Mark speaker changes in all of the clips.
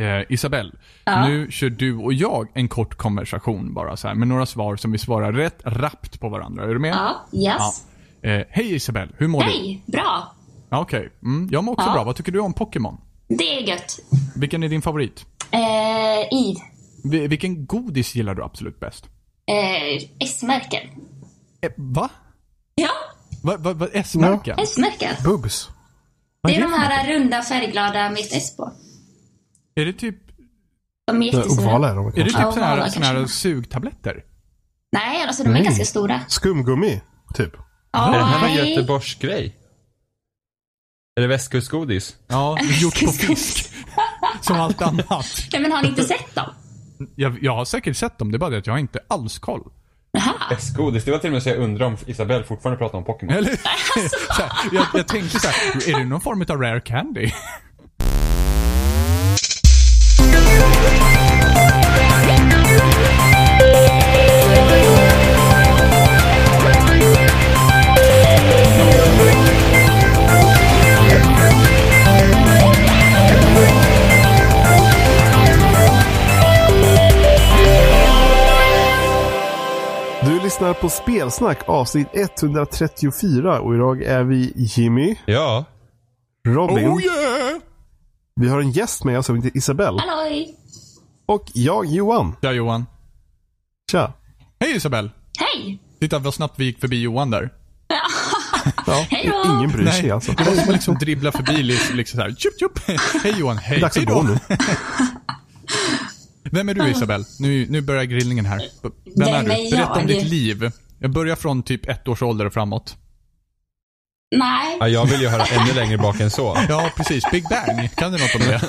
Speaker 1: eh, Isabelle,
Speaker 2: Ja.
Speaker 1: nu kör du och jag en kort konversation bara så här med några svar som vi svarar rätt rappt på varandra. Är du med?
Speaker 2: Ja, yes.
Speaker 1: Ja. Eh, hej Isabelle, hur mår du?
Speaker 2: Hej, bra.
Speaker 1: Ja, Okej, mm, jag mår också
Speaker 2: Ja.
Speaker 1: bra. Vad tycker du om Pokémon?
Speaker 2: Det är gött.
Speaker 1: Vilken är din favorit?
Speaker 2: Eh, I.
Speaker 1: Vi- vilken godis gillar du absolut bäst?
Speaker 2: Eh, S-märken.
Speaker 1: Eh, va?
Speaker 2: Ja,
Speaker 1: Va, va, va S-märken?
Speaker 2: S-märken.
Speaker 3: Bubbs.
Speaker 1: Vad
Speaker 2: Det
Speaker 1: är,
Speaker 2: är
Speaker 1: det
Speaker 2: de
Speaker 1: för något?
Speaker 2: här runda färgglada med ett S på.
Speaker 1: är det typ,
Speaker 2: De är
Speaker 3: Det är
Speaker 2: jättestora.
Speaker 3: Ovala är de
Speaker 1: är det
Speaker 3: kanske.
Speaker 1: typ
Speaker 2: Ja,
Speaker 1: såna här,
Speaker 2: ovala
Speaker 1: såna här
Speaker 2: kanske.
Speaker 1: sugtabletter?
Speaker 2: Nej, alltså de är
Speaker 3: Nej.
Speaker 2: ganska stora.
Speaker 3: Skumgummi, typ.
Speaker 4: Är det här en
Speaker 2: nej.
Speaker 4: Göteborgsgrej? Är det västkustgodis?
Speaker 1: Ja, gjort på fisk. Som allt annat.
Speaker 2: Nej, men har ni inte sett dem?
Speaker 1: Jag, jag har säkert sett dem, det är bara det att jag har inte alls koll.
Speaker 2: Jaha.
Speaker 4: Ah. Västgodis, det var till och med så jag undrar om Isabelle fortfarande pratar om Pokémon.
Speaker 1: Eller?
Speaker 2: alltså,
Speaker 1: Så här, jag, jag tänkte så här, är det någon form av rare candy?
Speaker 3: Du lyssnar på Spelsnack avsnitt 134 och idag är vi Jimmy,
Speaker 4: Ja.
Speaker 2: Oh,
Speaker 3: Robin.
Speaker 1: yeah!
Speaker 3: Vi har en gäst med oss som heter Isabelle.
Speaker 2: Halloj!
Speaker 3: Och jag, Johan.
Speaker 1: Ja, Johan.
Speaker 3: Tja.
Speaker 1: Hej Isabel!
Speaker 2: Hej!
Speaker 1: Titta vad snabbt vi gick förbi Johan där.
Speaker 3: Ja,
Speaker 2: Hej då.
Speaker 3: ingen bryr sig alltså.
Speaker 1: det var som att liksom dribbla förbi liksom, liksom så här, tjup, tjup. Hej Johan, hej,
Speaker 3: Dags
Speaker 1: hej
Speaker 3: att gå nu.
Speaker 1: Vem är du Isabel? Nu, nu börjar grillningen här. B- Vem är
Speaker 2: Vem
Speaker 1: du?
Speaker 2: är
Speaker 1: Berätta om
Speaker 2: jag?
Speaker 1: ditt liv. Jag börjar från typ ett års ålder och framåt.
Speaker 2: Nej.
Speaker 4: ja, jag vill ju höra ännu längre bak än så.
Speaker 1: Ja, precis. Big Bang. Kan du något om det?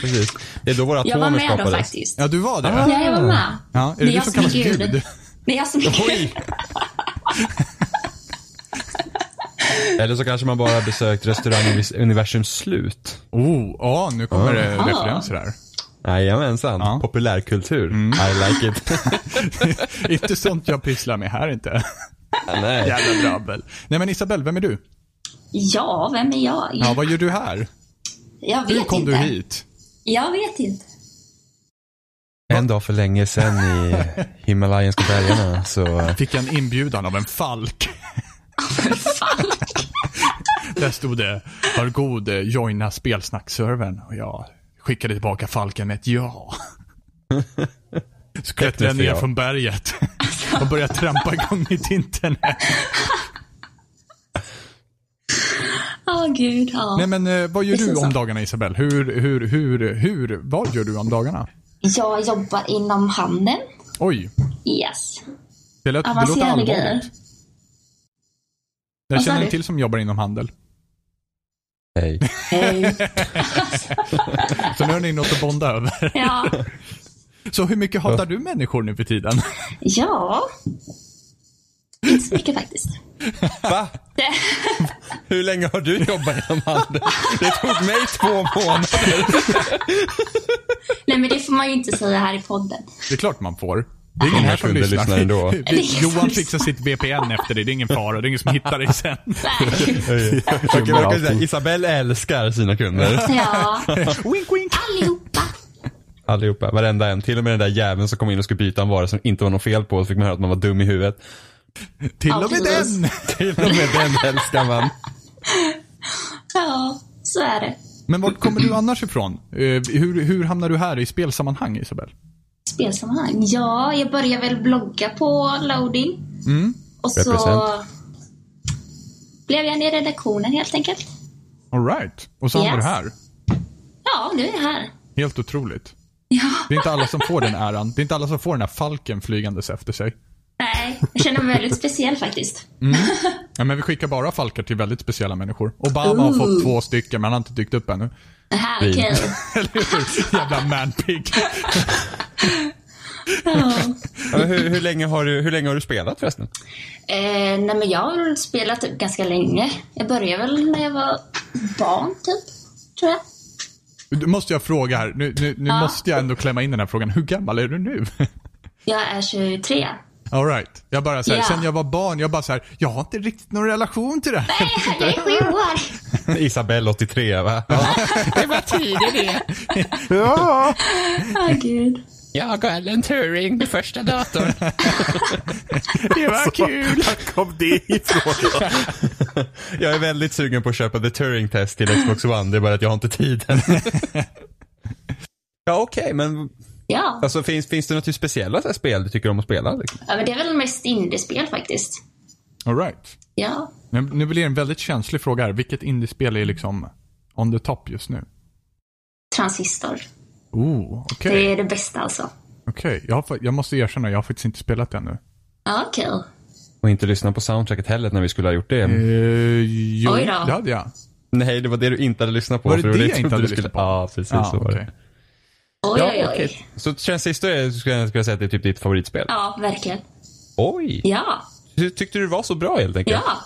Speaker 4: Precis. Det är då våra
Speaker 2: Jag var
Speaker 4: atomer
Speaker 2: med då
Speaker 4: skapades.
Speaker 2: faktiskt.
Speaker 1: Ja, du var det.
Speaker 2: Ja, jag var med.
Speaker 1: Ja, är det du
Speaker 2: jag
Speaker 1: som
Speaker 2: som är
Speaker 1: kallas
Speaker 2: Gud.
Speaker 1: Gud?
Speaker 2: Det är jag som är
Speaker 4: Oj! Eller så kanske man bara besökt restaurangen vid universums slut.
Speaker 1: Oh, ja, nu kommer det referenser här.
Speaker 4: Jajamensan.
Speaker 1: Ja.
Speaker 4: Populärkultur. I like it.
Speaker 1: inte sånt jag pysslar med här inte.
Speaker 4: Nej.
Speaker 1: Jävla drabbel. Nej men Isabel, vem är du?
Speaker 2: Ja, vem är jag?
Speaker 1: Ja, vad gör du här?
Speaker 2: jag vet
Speaker 1: Hur kom
Speaker 2: inte.
Speaker 1: du hit?
Speaker 2: Jag vet inte.
Speaker 4: En dag för länge sedan i Himalayanska bergarna så
Speaker 1: Fick jag en inbjudan av en falk. Där stod det, var god, eh, joina spelsnackservern. Och jag skickade tillbaka falken med ett ja. Så klättrade jag
Speaker 4: Tekniskt
Speaker 1: ner
Speaker 4: ja.
Speaker 1: från berget och började trampa igång mitt internet.
Speaker 2: Åh gud, ja.
Speaker 1: Nej men eh, vad gör
Speaker 2: Precis
Speaker 1: du om
Speaker 2: så.
Speaker 1: dagarna Isabel? Hur, hur, hur, hur, vad gör du om dagarna?
Speaker 2: Jag jobbar inom handeln.
Speaker 1: Oj,
Speaker 2: Yes.
Speaker 1: det lät, det låter
Speaker 2: Avancerade grejer.
Speaker 1: allvarligt. Jag
Speaker 2: Vad sa
Speaker 1: känner en
Speaker 2: du?
Speaker 1: till som jobbar inom handel.
Speaker 4: hej.
Speaker 2: Hej.
Speaker 1: Så nu har ni något att bonda över.
Speaker 2: Ja.
Speaker 1: Så hur mycket hatar du människor nu för tiden?
Speaker 2: ja. Inte så mycket faktiskt.
Speaker 4: Va? Hur länge har du jobbat inom handeln? Det tog mig två månader.
Speaker 2: Nej, men det får man ju inte säga här i podden.
Speaker 1: Det är klart man får. Det är ingen här som
Speaker 4: kunde
Speaker 1: lyssnar.
Speaker 4: lyssna ändå.
Speaker 1: Vi-
Speaker 2: Det är ingen som
Speaker 1: Johan
Speaker 2: lyssnar.
Speaker 1: fixar sitt VPN efter dig. Det är ingen fara. Det är ingen som hittar dig sen.
Speaker 2: Nej.
Speaker 4: Okej, men jag kan säga, Isabelle älskar sina kunder.
Speaker 2: Ja.
Speaker 1: wink, wink.
Speaker 2: Allihopa.
Speaker 4: Allihopa, varenda en. Till och med den där jäveln som kom in och skulle byta en vara som inte var något fel på. Så fick man höra att man var dum i huvudet.
Speaker 1: Till och med
Speaker 2: Alldeles.
Speaker 1: den.
Speaker 4: Till och med den älskar man.
Speaker 2: Ja, så är det.
Speaker 1: Men vart kommer du annars ifrån? Eh, Hur, hur hamnar du här i spelsammanhang, Isabel?
Speaker 2: Spelsammanhang. Ja, jag började väl blogga på loading. Och så
Speaker 4: Represent.
Speaker 2: blev jag en i redaktionen helt enkelt.
Speaker 1: Alright. Och så hamnar
Speaker 2: Yes.
Speaker 1: du här.
Speaker 2: Ja, nu är jag här.
Speaker 1: Helt otroligt.
Speaker 2: Ja.
Speaker 1: Det är inte alla som får den äran. Det är inte alla som får den här falken flygandes efter sig.
Speaker 2: Nej, jag känner mig väldigt speciell faktiskt.
Speaker 1: Ja, men vi skickar bara falkar till väldigt speciella människor. Obama har fått
Speaker 2: Ooh.
Speaker 1: två stycken, men han har inte dykt upp ännu.
Speaker 2: Det här är
Speaker 4: Fint.
Speaker 2: kul.
Speaker 1: Eller hur? Jävla manpig.
Speaker 2: Ja.
Speaker 4: Ja, men hur, hur, länge har du, hur länge har du spelat förresten?
Speaker 2: Eh, nej, men jag har väl spelat typ ganska länge. Jag började väl när jag var barn, typ. Tror jag.
Speaker 1: Du måste jag fråga här. Nu, nu, nu
Speaker 2: Ja.
Speaker 1: måste jag ändå klämma in den här frågan. Hur gammal är du nu?
Speaker 2: Jag är 23.
Speaker 1: Alright. Jag bara så här,
Speaker 2: Ja.
Speaker 1: sen jag var barn, jag bara så här, jag har inte riktigt någon relation till det här.
Speaker 2: Nej, det är sju år.
Speaker 4: Isabelle 83 va? Ja.
Speaker 5: Det var tider det.
Speaker 3: Ja,
Speaker 2: Åh gud.
Speaker 5: Jag och Alan Turing, den första datorn.
Speaker 1: Det var kul.
Speaker 3: var kom det ifrån?
Speaker 4: Jag är väldigt sugen på att köpa The Turing Test till Xbox One, det är bara att jag har inte tiden. ja okej, men
Speaker 2: Ja.
Speaker 4: alltså, finns, finns det något speciella så här spel du tycker om att spela? Liksom?
Speaker 2: ja, men det är väl mest indiespel faktiskt.
Speaker 1: Alright.
Speaker 2: Ja.
Speaker 1: Nu, nu blir det en väldigt känslig fråga här. Vilket indiespel är liksom on the top just nu?
Speaker 2: Transistor.
Speaker 1: Oh, okej.
Speaker 2: Det är det bästa alltså.
Speaker 1: Okej, jag, har fa- jag måste erkänna, jag har faktiskt inte spelat det ännu.
Speaker 2: Ja, okej.
Speaker 4: Och inte lyssna på soundtracket heller när vi skulle ha gjort det.
Speaker 3: Mm.
Speaker 1: Eh, jo,
Speaker 2: Oj
Speaker 1: det
Speaker 2: då.
Speaker 1: hade jag.
Speaker 4: Nej, det var det du inte hade lyssnat på.
Speaker 1: Var det
Speaker 4: för
Speaker 1: det
Speaker 4: jag
Speaker 1: jag inte hade lyssnat på?
Speaker 4: Ja, precis
Speaker 1: Ah,
Speaker 4: så var
Speaker 1: okej.
Speaker 4: det.
Speaker 2: Oj, oj, oj.
Speaker 4: okej. Så Transistor är, skulle jag skulle jag säga att det är typ ditt favoritspel?
Speaker 2: Ja, verkligen.
Speaker 4: Oj!
Speaker 2: Ja.
Speaker 4: Ty- Tyckte du det var så bra helt enkelt?
Speaker 2: Ja.
Speaker 4: Gud,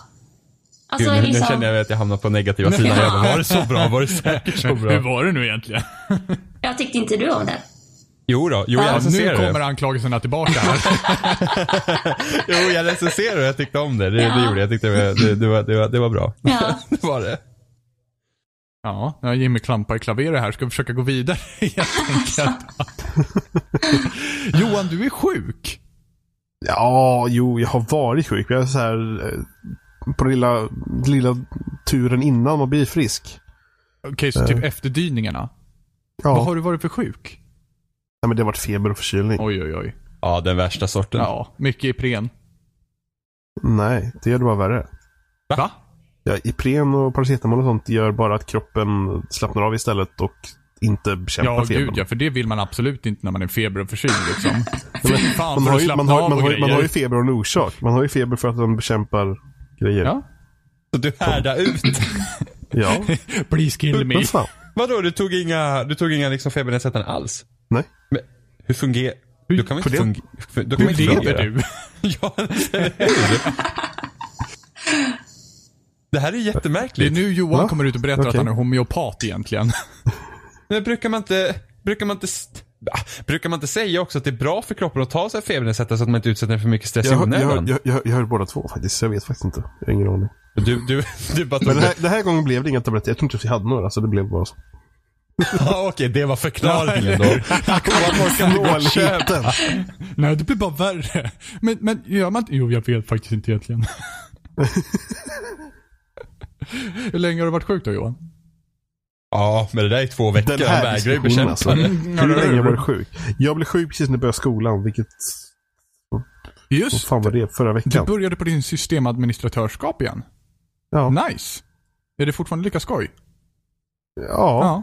Speaker 2: Alltså,
Speaker 4: nu, nu
Speaker 2: liksom...
Speaker 4: känner jag att jag hamnar på negativa sidan. Jag bara, var det så bra? Var det säkert så
Speaker 1: Hur
Speaker 4: bra?
Speaker 1: var det nu egentligen?
Speaker 2: Jag tyckte inte du om det.
Speaker 4: Jo då, jo jag
Speaker 1: Ja, nu
Speaker 4: recenserar
Speaker 1: kommer
Speaker 4: det.
Speaker 1: anklagelserna tillbaka här.
Speaker 4: Jo, jag recenserar det. Jag tyckte om det. Det, det
Speaker 2: Ja.
Speaker 4: gjorde jag. jag tyckte det, var- det, det, var, det, var, det var bra.
Speaker 2: Ja.
Speaker 4: Det var det.
Speaker 1: ja, nu har Jimmy klampar i klaveret här. Ska vi försöka gå vidare helt enkelt? Johan, du är sjuk.
Speaker 3: Ja, jo, jag har varit sjuk. Jag är så här eh, på den lilla, lilla turen innan man blir frisk.
Speaker 1: Okej, så typ efterdyningarna.
Speaker 3: Eh. Ja,
Speaker 1: Vad har du varit för sjuk?
Speaker 3: Nej, men det har varit feber och förkylning.
Speaker 1: Oj, oj, oj.
Speaker 4: Ja, den värsta sorten.
Speaker 1: Ja, mycket Ipren.
Speaker 3: Nej, det gör det bara värre.
Speaker 1: Va?
Speaker 3: Ja, Ipren och paracetamol och sånt gör bara att kroppen slappnar av istället och inte bekämpar
Speaker 1: Ja,
Speaker 3: febern.
Speaker 1: gud ja. För det vill man absolut inte när man är feber och förkyld liksom. Fy fan,
Speaker 3: Man
Speaker 1: får
Speaker 3: har,
Speaker 1: du
Speaker 3: ju,
Speaker 1: slappna
Speaker 3: man, har,
Speaker 1: av
Speaker 3: man,
Speaker 1: och
Speaker 3: har, ju- man
Speaker 1: grejer.
Speaker 3: har ju feber av en orsak. Man har ju feber för att den bekämpar grejer.
Speaker 1: Ja.
Speaker 4: Så du härdade ut.
Speaker 3: ja.
Speaker 1: Please kill me.
Speaker 3: Men fan.
Speaker 4: Vadå, du tog inga, du tog inga liksom febernedsättande alls?
Speaker 3: Nej.
Speaker 4: Men hur fungerar... Du kan väl
Speaker 3: på
Speaker 4: inte
Speaker 3: det-
Speaker 4: fungera... Du kan
Speaker 1: Hur
Speaker 4: väl inte fungera?
Speaker 1: lever du?
Speaker 4: Ja, eller hur? Det här är
Speaker 1: Det är
Speaker 4: jättemärkligt.
Speaker 1: nu Johan
Speaker 3: Va?
Speaker 1: kommer ut och berättar att
Speaker 3: Okej.
Speaker 1: han är homeopat egentligen.
Speaker 4: Men brukar man inte, brukar man inte, st- ah, brukar man inte säga också att det är bra för kroppen att ta sig febernedsättare så att man inte utsätter den för mycket stress i
Speaker 3: Jag, jag,
Speaker 4: onödan?
Speaker 3: jag, jag, jag hör båda två faktiskt. så Jag vet faktiskt inte. Jag har ingen aning.
Speaker 4: Du, du, du bara tog
Speaker 3: Men den
Speaker 4: det.
Speaker 3: här, den här gången blev det inga tabletter. Jag tror inte att vi hade några. Så det blev bara så.
Speaker 4: Ja, okej, det var förklaringen då.
Speaker 3: Snålheten.
Speaker 1: Nej, det blir bara värre. Men, men gör man inte... Jo, jag vet faktiskt inte egentligen. Hur länge har du varit sjuk då Johan?
Speaker 4: Ja, men det där är två veckor.
Speaker 3: Den
Speaker 4: Han
Speaker 3: här
Speaker 4: vägrar ju
Speaker 3: diskussionen
Speaker 4: bekämpa
Speaker 3: alltså.
Speaker 4: det.
Speaker 1: Mm,
Speaker 3: Hur länge var du sjuk? Jag blev sjuk precis när jag började skolan. Vilket, vad
Speaker 1: Just
Speaker 3: fan var det? Förra
Speaker 1: Du
Speaker 3: veckan?
Speaker 1: började på din systemadministratörskap igen.
Speaker 3: Ja.
Speaker 1: Nice. Är det fortfarande lika skoj?
Speaker 3: ja.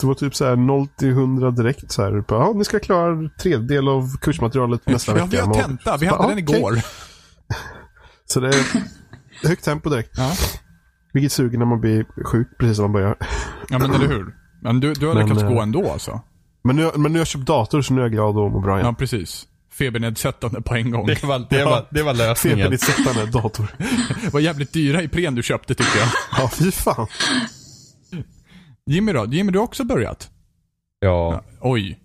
Speaker 3: Det var typ så här 0 till 100 direkt. Så här, bara, ja, ni ska klara tredjedel av kursmaterialet nästa
Speaker 1: Ja,
Speaker 3: vecka.
Speaker 1: vi har
Speaker 3: Och-
Speaker 1: tenta. Vi
Speaker 3: så bara,
Speaker 1: hade den
Speaker 3: ja, okej.
Speaker 1: igår.
Speaker 3: Så det är högt tempo direkt.
Speaker 1: Ja.
Speaker 3: Vilket suger när man blir sjuk precis som man börjar.
Speaker 1: ja, men eller hur? Men du, du har
Speaker 3: Men,
Speaker 1: lyckats gå
Speaker 3: eh,
Speaker 1: ändå alltså?
Speaker 3: Men nu, men nu har jag köpt dator så nu är jag glad och mår bra igen.
Speaker 1: Ja, precis. Febernedsättande på en gång.
Speaker 4: Det var, det var, det var lösningen.
Speaker 3: Feberdisättande dator.
Speaker 1: Det var jävligt dyra Ipren du köpte tycker jag.
Speaker 3: Ja, fy fan.
Speaker 1: Jimmy då? Jimmy, du har också börjat?
Speaker 4: Ja.
Speaker 1: Oj.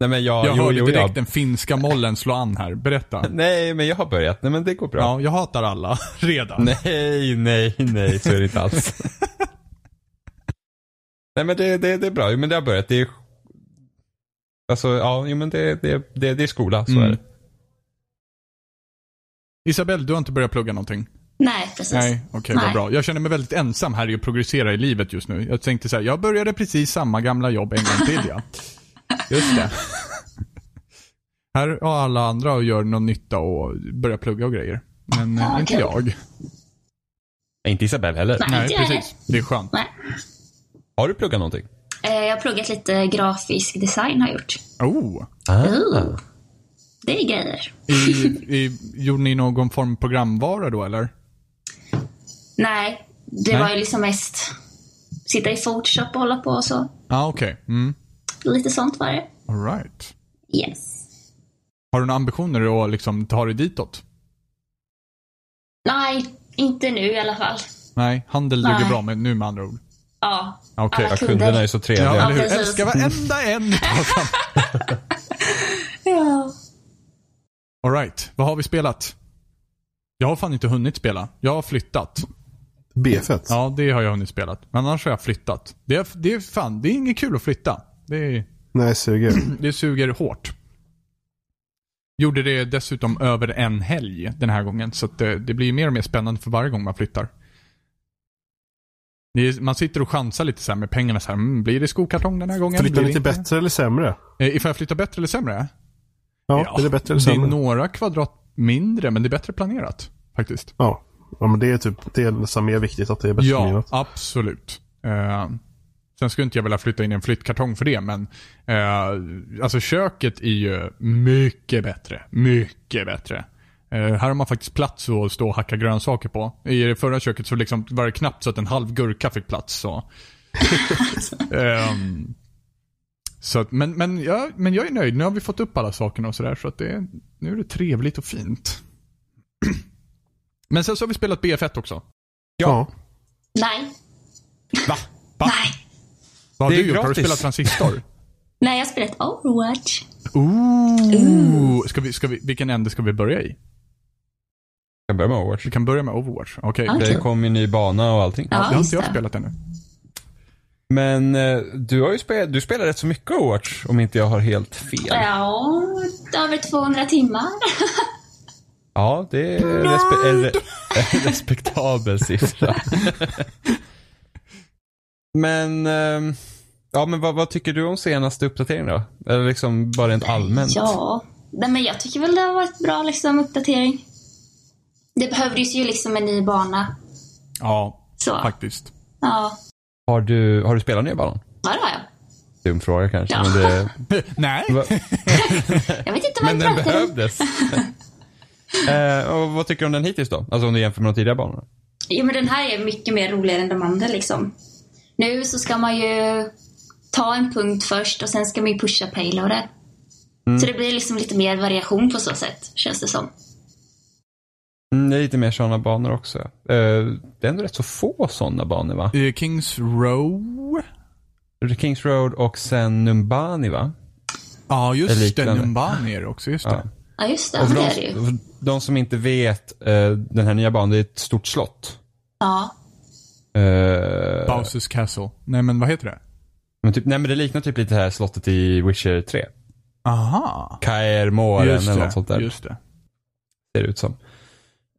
Speaker 4: Nej men jag,
Speaker 1: Jag
Speaker 4: jo,
Speaker 1: hörde
Speaker 4: jo,
Speaker 1: direkt
Speaker 4: jag,
Speaker 1: den finska mollen slå an här. Berätta.
Speaker 4: Nej, men jag har börjat. Nej men det går bra.
Speaker 1: Ja, jag hatar alla redan.
Speaker 4: Nej, nej, nej, så är det inte alls. nej, men det, det, det är bra. Jo, Men det har börjat. Det är... Alltså, ja, jo, men det, det, det, det är skola. Så
Speaker 1: Mm.
Speaker 4: är det.
Speaker 1: Isabel, du har inte börjat plugga någonting?
Speaker 2: Nej, precis.
Speaker 1: Nej, okej, vad
Speaker 2: Nej.
Speaker 1: bra. Jag känner mig väldigt ensam här i att progressera i livet just nu. Jag tänkte så här, jag började precis samma gamla jobb en gång till ja. Just det. Här har alla andra och gör någon nytta och börjar plugga och grejer. Men eh,
Speaker 2: Ah,
Speaker 1: inte
Speaker 2: kul.
Speaker 1: jag.
Speaker 4: Nej, Inte Isabelle heller.
Speaker 2: Nej.
Speaker 1: Nej,
Speaker 2: inte jag
Speaker 1: precis. Det är skönt.
Speaker 2: Nej.
Speaker 4: Har du pluggat någonting?
Speaker 2: Eh, Jag har pluggat lite grafisk design har jag gjort.
Speaker 1: Oh.
Speaker 2: Ooh. Det är grejer.
Speaker 1: I, i, gjorde ni någon form av programvara då eller?
Speaker 2: Nej, det
Speaker 1: Nej.
Speaker 2: var ju liksom mest sitta i Photoshop och hålla på och så.
Speaker 1: Ja, ah, okej. Mm.
Speaker 2: Lite sånt var det.
Speaker 1: All right.
Speaker 2: Yes.
Speaker 1: Har du några ambitioner att liksom ta dig ditåt?
Speaker 2: Nej, inte nu i alla fall.
Speaker 1: Nej, handel duger
Speaker 2: Nej.
Speaker 1: bra med, nu med andra ord.
Speaker 2: Ja.
Speaker 1: Okej.
Speaker 2: Alla
Speaker 4: Ja, kunderna är ju så
Speaker 1: Ja,
Speaker 4: trevliga.
Speaker 1: eller hur?
Speaker 2: precis.
Speaker 1: Älskar varenda en utav dem.
Speaker 2: Ja.
Speaker 1: Alright, vad har vi spelat? Jag har fan inte hunnit spela. Jag har flyttat.
Speaker 3: BF1.
Speaker 1: Ja, det har jag hunnit spela. Men annars har jag flyttat. Det är, det är fan, det är inget kul att flytta. Det, är,
Speaker 3: Nej, suger.
Speaker 1: det suger hårt. Gjorde det dessutom över en helg den här gången. Så att det, det blir ju mer och mer spännande för varje gång man flyttar. Det är, man sitter och chansar lite så här med pengarna. Så här, mm, blir det skokartong den här gången?
Speaker 3: Flyttar
Speaker 1: Blir det
Speaker 3: ni till
Speaker 1: inte?
Speaker 3: bättre eller sämre?
Speaker 1: Eh, Ifall jag flyttar bättre eller sämre?
Speaker 3: Ja, är det bättre eller sämre?
Speaker 1: Det är några kvadrat mindre, men det är bättre planerat. Faktiskt.
Speaker 3: Ja. ja, men det är typ det är nästan mer viktigt att det är bättre än
Speaker 1: Ja,
Speaker 3: något.
Speaker 1: absolut. Eh, sen skulle inte jag vilja flytta in i en flyttkartong för det, men eh, alltså köket är ju mycket bättre. Mycket bättre. Eh, här har man faktiskt plats att stå och hacka grönsaker på. I det förra köket så liksom var det knappt så att en halv gurka fick plats. Så. Ehm, så att, men, men, jag, men jag är nöjd. Nu har vi fått upp alla sakerna och sådär. Så att det, är- nu är det trevligt och fint. Men sen så har vi spelat BF1 också.
Speaker 3: Ja.
Speaker 2: Nej.
Speaker 1: Va? Va?
Speaker 2: Nej.
Speaker 1: Vad har
Speaker 4: Det är
Speaker 1: du gjort? Har du
Speaker 4: gratis.
Speaker 1: spelat transistor?
Speaker 2: Nej, jag har spelat Overwatch.
Speaker 1: Ooh. Ska vi, ska vi, vilken ände ska vi börja i?
Speaker 4: Jag börjar med Overwatch.
Speaker 1: Vi kan börja med Overwatch. Okej.
Speaker 2: Ja,
Speaker 4: Det kom ju en ny bana och allting.
Speaker 1: Det har
Speaker 2: just
Speaker 1: inte jag
Speaker 2: det.
Speaker 1: spelat ännu.
Speaker 4: Men eh, du har ju spelat, du spelar rätt så mycket Overwatch om inte jag har helt fel.
Speaker 2: Ja, över 200 timmar.
Speaker 4: Ja, det är respe- en re- en respektabel siffra. men, ehm, ja men vad, vad tycker du om senaste uppdateringen då? Eller liksom bara rent allmänt?
Speaker 2: Ja. Nej, men jag tycker väl det har varit bra liksom, uppdatering. Det behövdes ju liksom en ny bana.
Speaker 1: Ja,
Speaker 2: Så.
Speaker 1: faktiskt.
Speaker 2: Ja,
Speaker 4: Har du, har du spelat nya banan?
Speaker 2: ja det har jag.
Speaker 4: Dum fråga kanske,
Speaker 2: Ja.
Speaker 4: men det,
Speaker 1: Nej.
Speaker 4: va,
Speaker 2: Jag vet inte vad
Speaker 4: men
Speaker 2: jag
Speaker 4: den
Speaker 2: pratar om.
Speaker 4: behövdes. eh, och vad tycker du om den hittills då? Alltså om du jämför med de tidigare banorna?
Speaker 2: Jo, men den här är mycket mer roligare än de andra liksom. Nu så ska man ju ta en punkt först och sen ska man ju pusha payloader. Så det blir liksom lite mer variation på så sätt, känns det som.
Speaker 4: Mm, det är lite mer sådana banor också. Eh, det är ändå rätt så få sådana banor va?
Speaker 1: Eh, Kings Row.
Speaker 4: Kings Road och sen Numbani va?
Speaker 1: Ja,
Speaker 4: Eller
Speaker 1: just det.
Speaker 4: liknande.
Speaker 1: Numbani är det också. Just det.
Speaker 2: Ja, just det.
Speaker 4: Och
Speaker 2: Ja,
Speaker 4: för
Speaker 2: det
Speaker 4: de,
Speaker 2: är det ju.
Speaker 4: för de som inte vet, eh, den här nya banan, det är ett stort slott.
Speaker 2: Ja.
Speaker 4: Eh,
Speaker 1: Bowsers Castle. Nej, men vad heter det?
Speaker 4: men typ, nej men det liknar typ lite det här slottet i Witcher 3.
Speaker 1: Aha.
Speaker 4: Kaer Moren
Speaker 1: Just
Speaker 4: eller något sånt
Speaker 1: det.
Speaker 4: där.
Speaker 1: Just det.
Speaker 4: ser det ut som.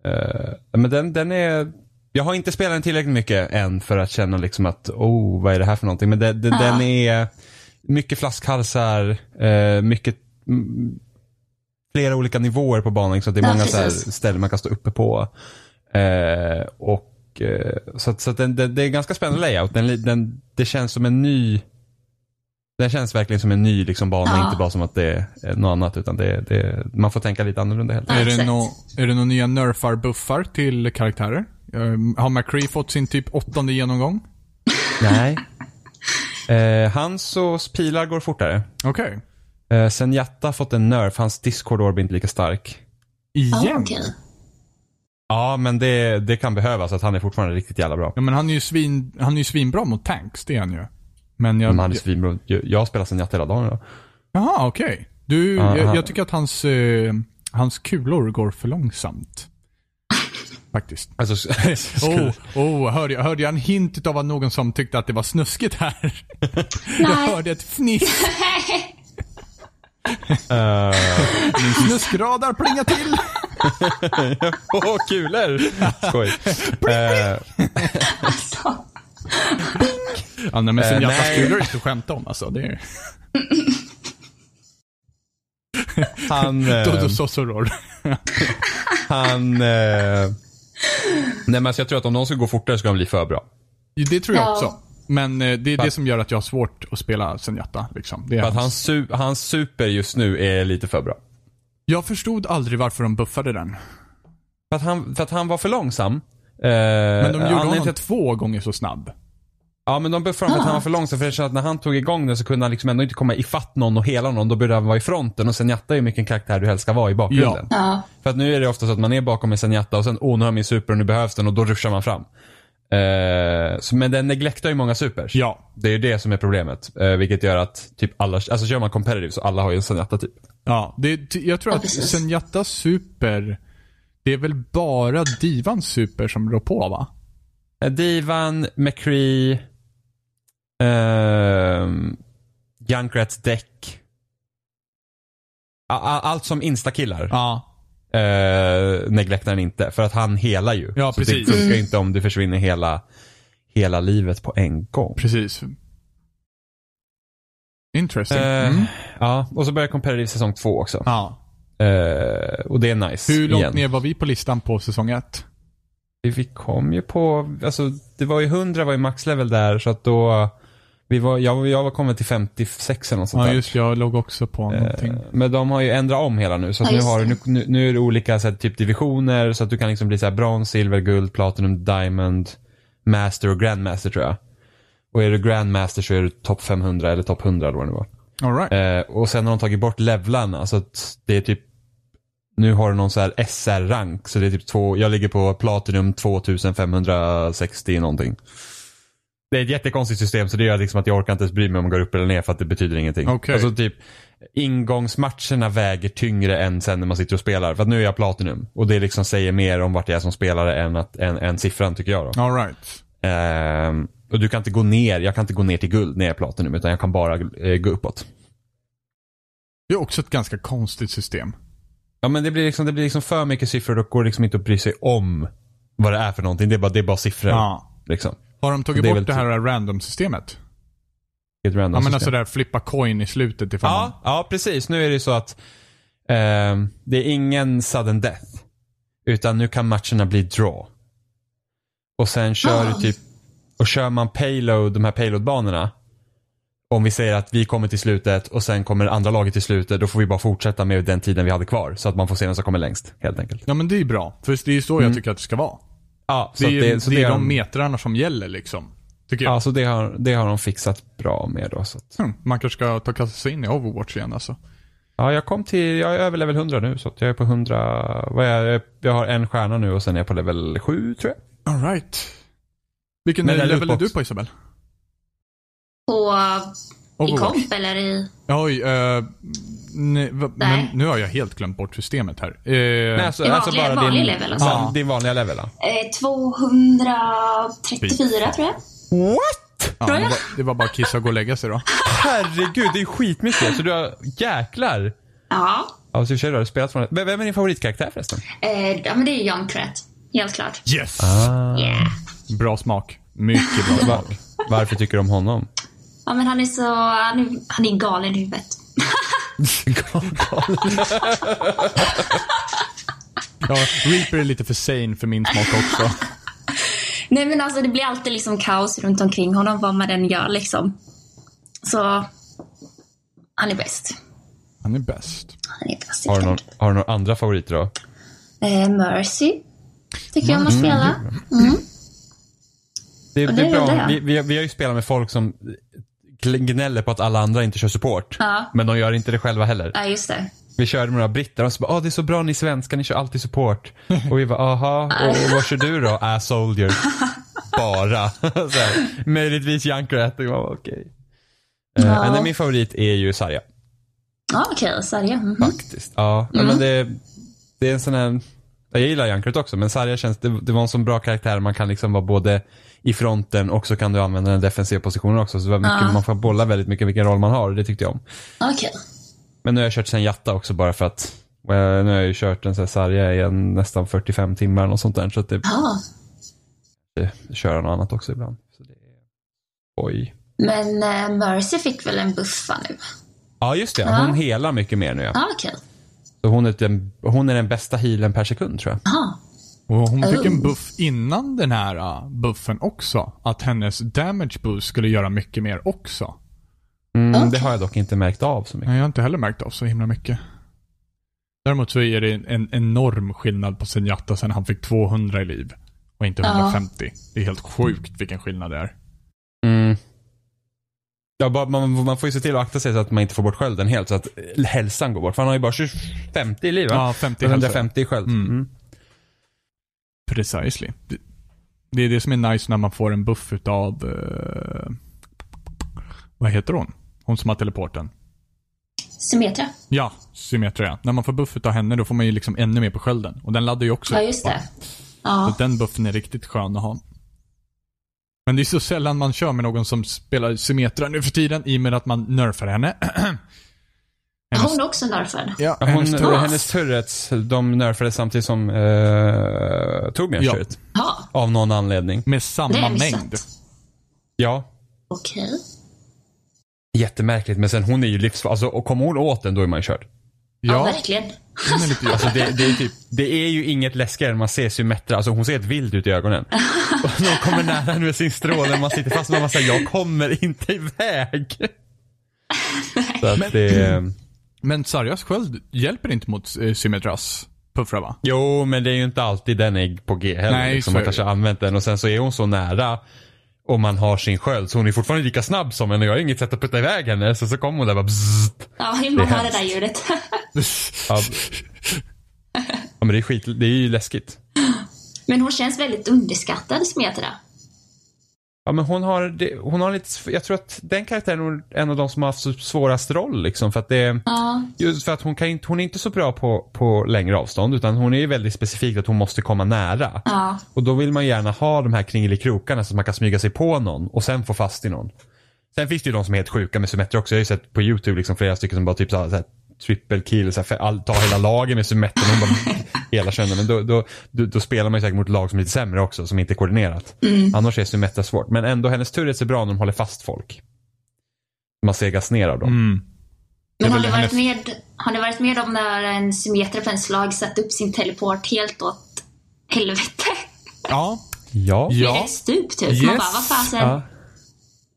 Speaker 4: Eh, men den, den är... Jag har inte spelat den tillräckligt mycket än för att känna liksom att, oh, vad är det här för någonting? Men den, den, den är mycket flaskhalsar, eh, mycket mm, flera olika nivåer på banan. Så att det är
Speaker 2: Ja,
Speaker 4: många så här,
Speaker 2: precis.
Speaker 4: ställen man kan stå uppe på. Eh, och eh, Så, att, så att den, den, det är en ganska spännande layout. Den, li- den, det känns som en ny den känns verkligen som en ny liksom, bana,
Speaker 2: Ja.
Speaker 4: inte bara som att det är något annat. Utan det, det, man får tänka lite annorlunda helt enkelt.
Speaker 1: Är det,
Speaker 2: exakt.
Speaker 1: nå är det några nya nerfar, buffar till karaktärer? Eh, har McCree fått sin typ åttonde genomgång?
Speaker 4: Nej. Eh, hans och pilar går fortare.
Speaker 1: Okej.
Speaker 4: Eh, sen Jatta har fått en nerf, hans discord orb är inte lika stark.
Speaker 1: Igen?
Speaker 2: Ja, okej.
Speaker 4: Ja, men det, det kan behövas, att han är fortfarande riktigt jävla bra.
Speaker 1: Ja, men han är ju, svin, han är ju svinbra mot tanks, det är han ju. Men jag...
Speaker 4: Men han är svinbra. Jag, jag spelar sen Jatta hela dagen idag.
Speaker 1: Jaha, okej. Du,
Speaker 4: Ja,
Speaker 1: jag,
Speaker 4: han-
Speaker 1: jag tycker att hans, eh, hans kulor går för långsamt. Faktiskt.
Speaker 4: Alltså,
Speaker 1: Oh,
Speaker 4: skulle,
Speaker 1: oh, hörde, jag, hörde jag en hint av någon som tyckte att det var snuskigt här? Jag
Speaker 2: Nej.
Speaker 1: hörde ett fniss.
Speaker 4: Eh,
Speaker 1: Min snuskradar plingade till.
Speaker 4: Åh, kulor! Skoj. Eh,
Speaker 2: Alltså.
Speaker 1: Ja, nej, men
Speaker 4: Eh,
Speaker 1: sen jävla
Speaker 4: nej. Eh.
Speaker 1: kulor är inte att skämta om alltså. Det är
Speaker 4: han... eh,
Speaker 1: Dodo Sosoror.
Speaker 4: han... eh, nej, men alltså, jag tror att om någon skulle gå fortare skulle han bli för bra.
Speaker 1: Det tror jag
Speaker 2: Ja.
Speaker 1: också. Men eh, det är det
Speaker 4: Fast-
Speaker 1: som gör att jag har svårt att spela Zenyatta. Liksom. Det är
Speaker 4: För att
Speaker 1: hans-
Speaker 4: hans, su- hans super just nu är lite för bra.
Speaker 1: Jag förstod aldrig varför de buffade den.
Speaker 4: För att han, för att han var för långsam. Eh,
Speaker 1: Men de gjorde honom
Speaker 4: att,
Speaker 1: två gånger så snabb.
Speaker 4: Ja, men de buffade honom för att han var för långsam. För det känns att när han tog igång den så kunde han liksom ändå inte komma ifatt någon och hela någon. Då började han vara i fronten och Zenyatta är ju mycket en karaktär du helst ska vara i bakgrunden.
Speaker 2: Ja.
Speaker 4: För att nu är det ofta så att man är bakom en Zenyatta och sen åh, nu har jag min super och nu behövs den och då ruschar man fram. Eh, så, men den neglektar ju många supers.
Speaker 1: Ja.
Speaker 4: Det är ju det som är problemet. Eh, vilket gör att typ alla, alltså kör man competitive så alla har ju en Zenyatta typ.
Speaker 1: ja det, ty- jag tror
Speaker 2: Ja,
Speaker 1: att
Speaker 2: precis.
Speaker 1: Zenyatta Super, det är väl bara Divan Super som rår på va?
Speaker 4: Eh, Divan, McCree, ehm, Junkrats däck. A- a- Allt som instakillar
Speaker 1: Ja.
Speaker 4: eh, neglektar den inte. För att han helar ju.
Speaker 1: Ja,
Speaker 4: så
Speaker 1: precis.
Speaker 4: det funkar ju inte om du försvinner hela, hela livet på en gång.
Speaker 1: Precis. Interesting.
Speaker 4: Eh,
Speaker 1: Mm.
Speaker 4: Ja, och så börjar Competitive säsong två också.
Speaker 1: Ja.
Speaker 4: Eh, och det är nice.
Speaker 1: Hur långt
Speaker 4: igen.
Speaker 1: ner var vi på listan på säsong ett?
Speaker 4: Vi kom ju på, alltså det var ju 100 var ju maxlevel där så att då, vi var, jag, jag var kommit till 56 eller något sånt
Speaker 1: Ja,
Speaker 4: där.
Speaker 1: just Jag låg också på någonting.
Speaker 4: Eh, Men de har ju ändrat om hela nu så att
Speaker 2: Ja,
Speaker 4: nu,
Speaker 2: just
Speaker 4: har, du-
Speaker 2: det.
Speaker 4: nu, nu, nu är det olika så här, typ divisioner så att du kan liksom bli så här brons, silver, guld, platinum, diamond, master och grandmaster tror jag. Och är du grandmaster så är du topp 500 eller topp 100 eller vad det nu var.
Speaker 1: All right.
Speaker 4: Eh, och sen har de tagit bort levlarna så att det är typ nu har du någon så här SR-rank så det är typ två, jag ligger på platinum 2560 någonting. Det är ett jättekonstigt system så det gör liksom att jag orkar inte ens bry mig om jag går upp eller ner för att det betyder ingenting.
Speaker 1: Okej.
Speaker 4: Alltså typ ingångsmatcherna väger tyngre än sen när man sitter och spelar för att nu är jag platinum och det liksom säger mer om vart jag är som spelare än, att, än, än siffran tycker jag då.
Speaker 1: All right.
Speaker 4: Ehm, och du kan inte gå ner, jag kan inte gå ner till guld när jag är platinum utan jag kan bara eh, gå uppåt.
Speaker 1: Det är också ett ganska konstigt system.
Speaker 4: Ja men det blir liksom, det blir liksom för mycket siffror och går liksom inte att bry sig om vad det är för någonting. Det är bara, det är bara siffror.
Speaker 1: Ja.
Speaker 4: Liksom.
Speaker 1: Har de tagit
Speaker 4: Det är väl
Speaker 1: bort det här random-systemet?
Speaker 4: Ett random
Speaker 1: Ja, men alltså
Speaker 4: system.
Speaker 1: det här flippa coin i slutet ifall man...
Speaker 4: ja, ja precis. Nu är det ju så att ehm, det är ingen sudden death. Utan nu kan matcherna bli draw. Och sen kör du
Speaker 2: Ah.
Speaker 4: typ, och kör man payload, de här payloadbanorna. Om vi säger att vi kommer till slutet och sen kommer andra laget till slutet, då får vi bara fortsätta med den tiden vi hade kvar. Så att man får se vem som kommer längst, helt enkelt.
Speaker 1: Ja, men det är ju bra. För det är ju så
Speaker 4: Mm.
Speaker 1: jag tycker att det ska vara.
Speaker 4: Ja,
Speaker 1: Det är, ju-
Speaker 4: så
Speaker 1: det är
Speaker 4: har
Speaker 1: de
Speaker 4: de-
Speaker 1: metrarna som gäller liksom. Tycker jag.
Speaker 4: Ja, så det har, det har de fixat bra med då. Så att,
Speaker 1: Hmm, Man kanske ska ta kasta sig in i Overwatch igen alltså.
Speaker 4: ja, jag kom till, jag är över level 100 nu så att jag är på 100, vad är jag, jag har en stjärna nu och sen är jag på level 7 tror jag.
Speaker 1: All right. Vilken
Speaker 4: Men det är
Speaker 1: level är
Speaker 4: lootbox.
Speaker 1: du på Isabel?
Speaker 2: På, i
Speaker 1: Overwatch.
Speaker 2: komp eller i...
Speaker 1: Oj, eh, nej, va,
Speaker 2: Nej.
Speaker 1: men nu har jag helt glömt bort systemet här. Eh,
Speaker 4: Nej, alltså,
Speaker 2: I vanlig-
Speaker 4: alltså bara
Speaker 2: vanlig
Speaker 4: din,
Speaker 2: level alltså.
Speaker 4: Ja, din vanliga level ja.
Speaker 2: Eh, 234 tror jag.
Speaker 4: What?
Speaker 1: ja, men det, var- det var bara kissa och gå och lägga sig då.
Speaker 4: Herregud, det är ju skitmycket. Så du har, jäklar.
Speaker 2: Ja.
Speaker 4: Ja, så i och för sig du har spelat från, vem vem är din favoritkaraktär förresten?
Speaker 2: Eh, ja, men det är ju Young Threat. Helt klart.
Speaker 1: Yes!
Speaker 2: Yeah.
Speaker 1: Ah. Bra smak. Mycket bra smak.
Speaker 4: Va- varför tycker du om honom?
Speaker 2: Ja, men han är så... Han är, han är galen i huvudet.
Speaker 1: Ja, Reaper är lite för sane för min smak också.
Speaker 2: Nej, men alltså det blir alltid liksom kaos runt omkring honom vad man än gör liksom. Så... Han är bäst.
Speaker 1: Han är bäst.
Speaker 2: Han är bäst
Speaker 4: Har
Speaker 2: helt
Speaker 4: du, någon,
Speaker 2: klart.
Speaker 4: har du några andra favoriter då?
Speaker 2: Eh, Mercy. Tycker jag man
Speaker 4: Mm.
Speaker 2: spelar.
Speaker 4: Det,
Speaker 2: Och
Speaker 4: det
Speaker 2: det
Speaker 4: är
Speaker 2: är väl
Speaker 4: bra.
Speaker 2: det.
Speaker 4: Vi, vi, vi har ju spelat med folk som gl- gnäller på att alla andra inte kör support.
Speaker 2: Ja.
Speaker 4: Men de gör inte det själva heller.
Speaker 2: Ja, just det.
Speaker 4: Vi körde med några britter och så bara, ah, det är så bra ni svenskar, ni kör alltid support. Och vi bara, aha, och, och vad kör du då? Ah, soldier. Bara. så här, möjligtvis Junkrat. Och jag bara, okej. Eh,
Speaker 2: Ja.
Speaker 4: nej, min favorit är ju Sarja,
Speaker 2: Ja, okej. Sarja. Mhm.
Speaker 4: faktiskt. Ja, nej, men det, det är en sån här, ja, jag gillar Junkrat också, men Sarja känns, det, det var en sån bra karaktär, man kan liksom vara både i fronten och så kan du använda den defensiva positionen också. Så det var mycket, man får bolla väldigt mycket vilken roll man har och det tyckte jag om.
Speaker 2: Okej.
Speaker 4: Men nu har jag kört sen Jatta också bara för att eh, nu har jag ju kört en sån här sarja i en, nästan 45 timmar eller något sånt där. Så att det
Speaker 2: Ja.
Speaker 4: eh, köra något annat också ibland. Så det är... Oj.
Speaker 2: Men eh, Mercy fick väl en buffa nu?
Speaker 4: Ja just det,
Speaker 2: Ja.
Speaker 4: hon helar mycket mer nu ja.
Speaker 2: Ja, okej.
Speaker 4: Så hon, är den, hon är den bästa healen per sekund tror jag.
Speaker 2: Ja.
Speaker 1: Och hon fick en buff innan den här ah, buffen också. Att hennes damage boost skulle göra mycket mer också.
Speaker 4: Mm, Det
Speaker 2: Okej.
Speaker 4: har jag dock inte märkt av så mycket.
Speaker 1: Nej, jag har inte heller märkt av så himla mycket. Däremot så är det en, en enorm skillnad på Zenyatta sen han fick 200 i liv. Och inte
Speaker 2: Ja.
Speaker 1: 150. Det är helt sjukt vilken skillnad det är.
Speaker 4: Mm. Ja, bara, man, man får ju se till att akta sig så att man inte får bort skölden helt så att eh, hälsan går bort. För han har ju bara 20 50 i liv va?
Speaker 1: Ja, 50 hälsa.
Speaker 4: 150 i sköld.
Speaker 1: Mm.
Speaker 4: Mm.
Speaker 1: Precisely. Det- Det är det som är nice när man får en buff utav... eh, vad heter hon? Hon som har teleporten.
Speaker 2: Symmetra.
Speaker 1: Ja, Symmetra ja. När man får buff utav henne då får man ju liksom ännu mer på skölden. Och den laddar ju också
Speaker 2: Ja,
Speaker 1: upp,
Speaker 2: just
Speaker 1: va?
Speaker 2: det.
Speaker 1: Så
Speaker 2: Ja.
Speaker 1: att den buffen är riktigt skön att ha. Men det är så sällan man kör med någon som spelar Symmetra nu för tiden i och med att man nerfar henne.
Speaker 2: Har hon också nerfad?
Speaker 1: Ja,
Speaker 4: Hon, hennes,
Speaker 1: tur-
Speaker 4: hennes turrets, de nerfades samtidigt som eh, Torbjörns
Speaker 1: Ja.
Speaker 4: turret.
Speaker 2: Ja.
Speaker 4: Av någon anledning.
Speaker 1: med
Speaker 2: Det har
Speaker 1: samma
Speaker 2: jag missat.
Speaker 1: mängd.
Speaker 4: Ja,
Speaker 2: Okej.
Speaker 4: jättemärkligt. Men sen hon är ju livsfarlig. Alltså, och kommer hon åt den, då är man ju körd.
Speaker 2: Ja.
Speaker 1: Ja,
Speaker 2: verkligen.
Speaker 1: den är lite jobbig.
Speaker 4: Alltså, det, det, är typ, det är ju inget läskigare än man ser Symmetra. Alltså, hon ser helt vild ut i ögonen. Och någon kommer nära med sin stråle. Man sitter fast och man säger jag kommer inte iväg. Så att det,
Speaker 1: Men Sarjas sköld hjälper inte mot eh, Symmetras puffra va?
Speaker 4: jo, men det är ju inte alltid den är på G heller.
Speaker 1: Nej,
Speaker 4: liksom,
Speaker 1: så
Speaker 4: man
Speaker 1: är
Speaker 4: kanske
Speaker 1: det.
Speaker 4: har använt den och sen så är hon så nära. Och man har sin sköld. Så hon är fortfarande lika snabb som henne. Jag har inget sätt att putta iväg henne. Så, så kommer hon där bara bzzzt.
Speaker 2: Ja, hur man
Speaker 4: Det är
Speaker 2: hör det där ljudet.
Speaker 4: Ja, ja, men det är skit. Det är ju läskigt.
Speaker 2: Men hon känns väldigt underskattad, Symmetra.
Speaker 4: Ja, men hon har, det, hon har lite, sv- jag tror att den karaktären är nog en av de som har haft så svårast roll liksom för att det,
Speaker 2: Ja.
Speaker 4: just för att hon kan inte, hon är inte så bra på, på längre avstånd utan hon är ju väldigt specifikt att hon måste komma nära.
Speaker 2: Ja.
Speaker 4: Och då vill man gärna ha de här kringelikrokarna så att man kan smyga sig på någon och sen få fast i någon. Sen finns det ju de som är helt sjuka med Symmetra också. Jag har ju sett på YouTube liksom flera stycken som bara typ så här, så här triple kill, så här, för all, ta hela lagen med Symmetra. Hon bara hela känner. Men då, då, då, då spelar man ju säkert mot lag som är lite sämre också, som inte är koordinerat. Annars är Symmetra svårt. Men ändå, hennes tur är så bra när de håller fast folk. Man segas ner av dem.
Speaker 1: Mm. Det är
Speaker 2: Men har
Speaker 1: väl
Speaker 2: ni, varit
Speaker 1: hennes-
Speaker 2: med, har ni varit med om när en symmetra på ens lag satte upp sin teleport helt åt helvete?
Speaker 1: Ja.
Speaker 4: Ja.
Speaker 2: Med
Speaker 1: Ja.
Speaker 2: ett stup typ. Man
Speaker 1: Yes.
Speaker 2: bara, vad fasen,
Speaker 4: ja.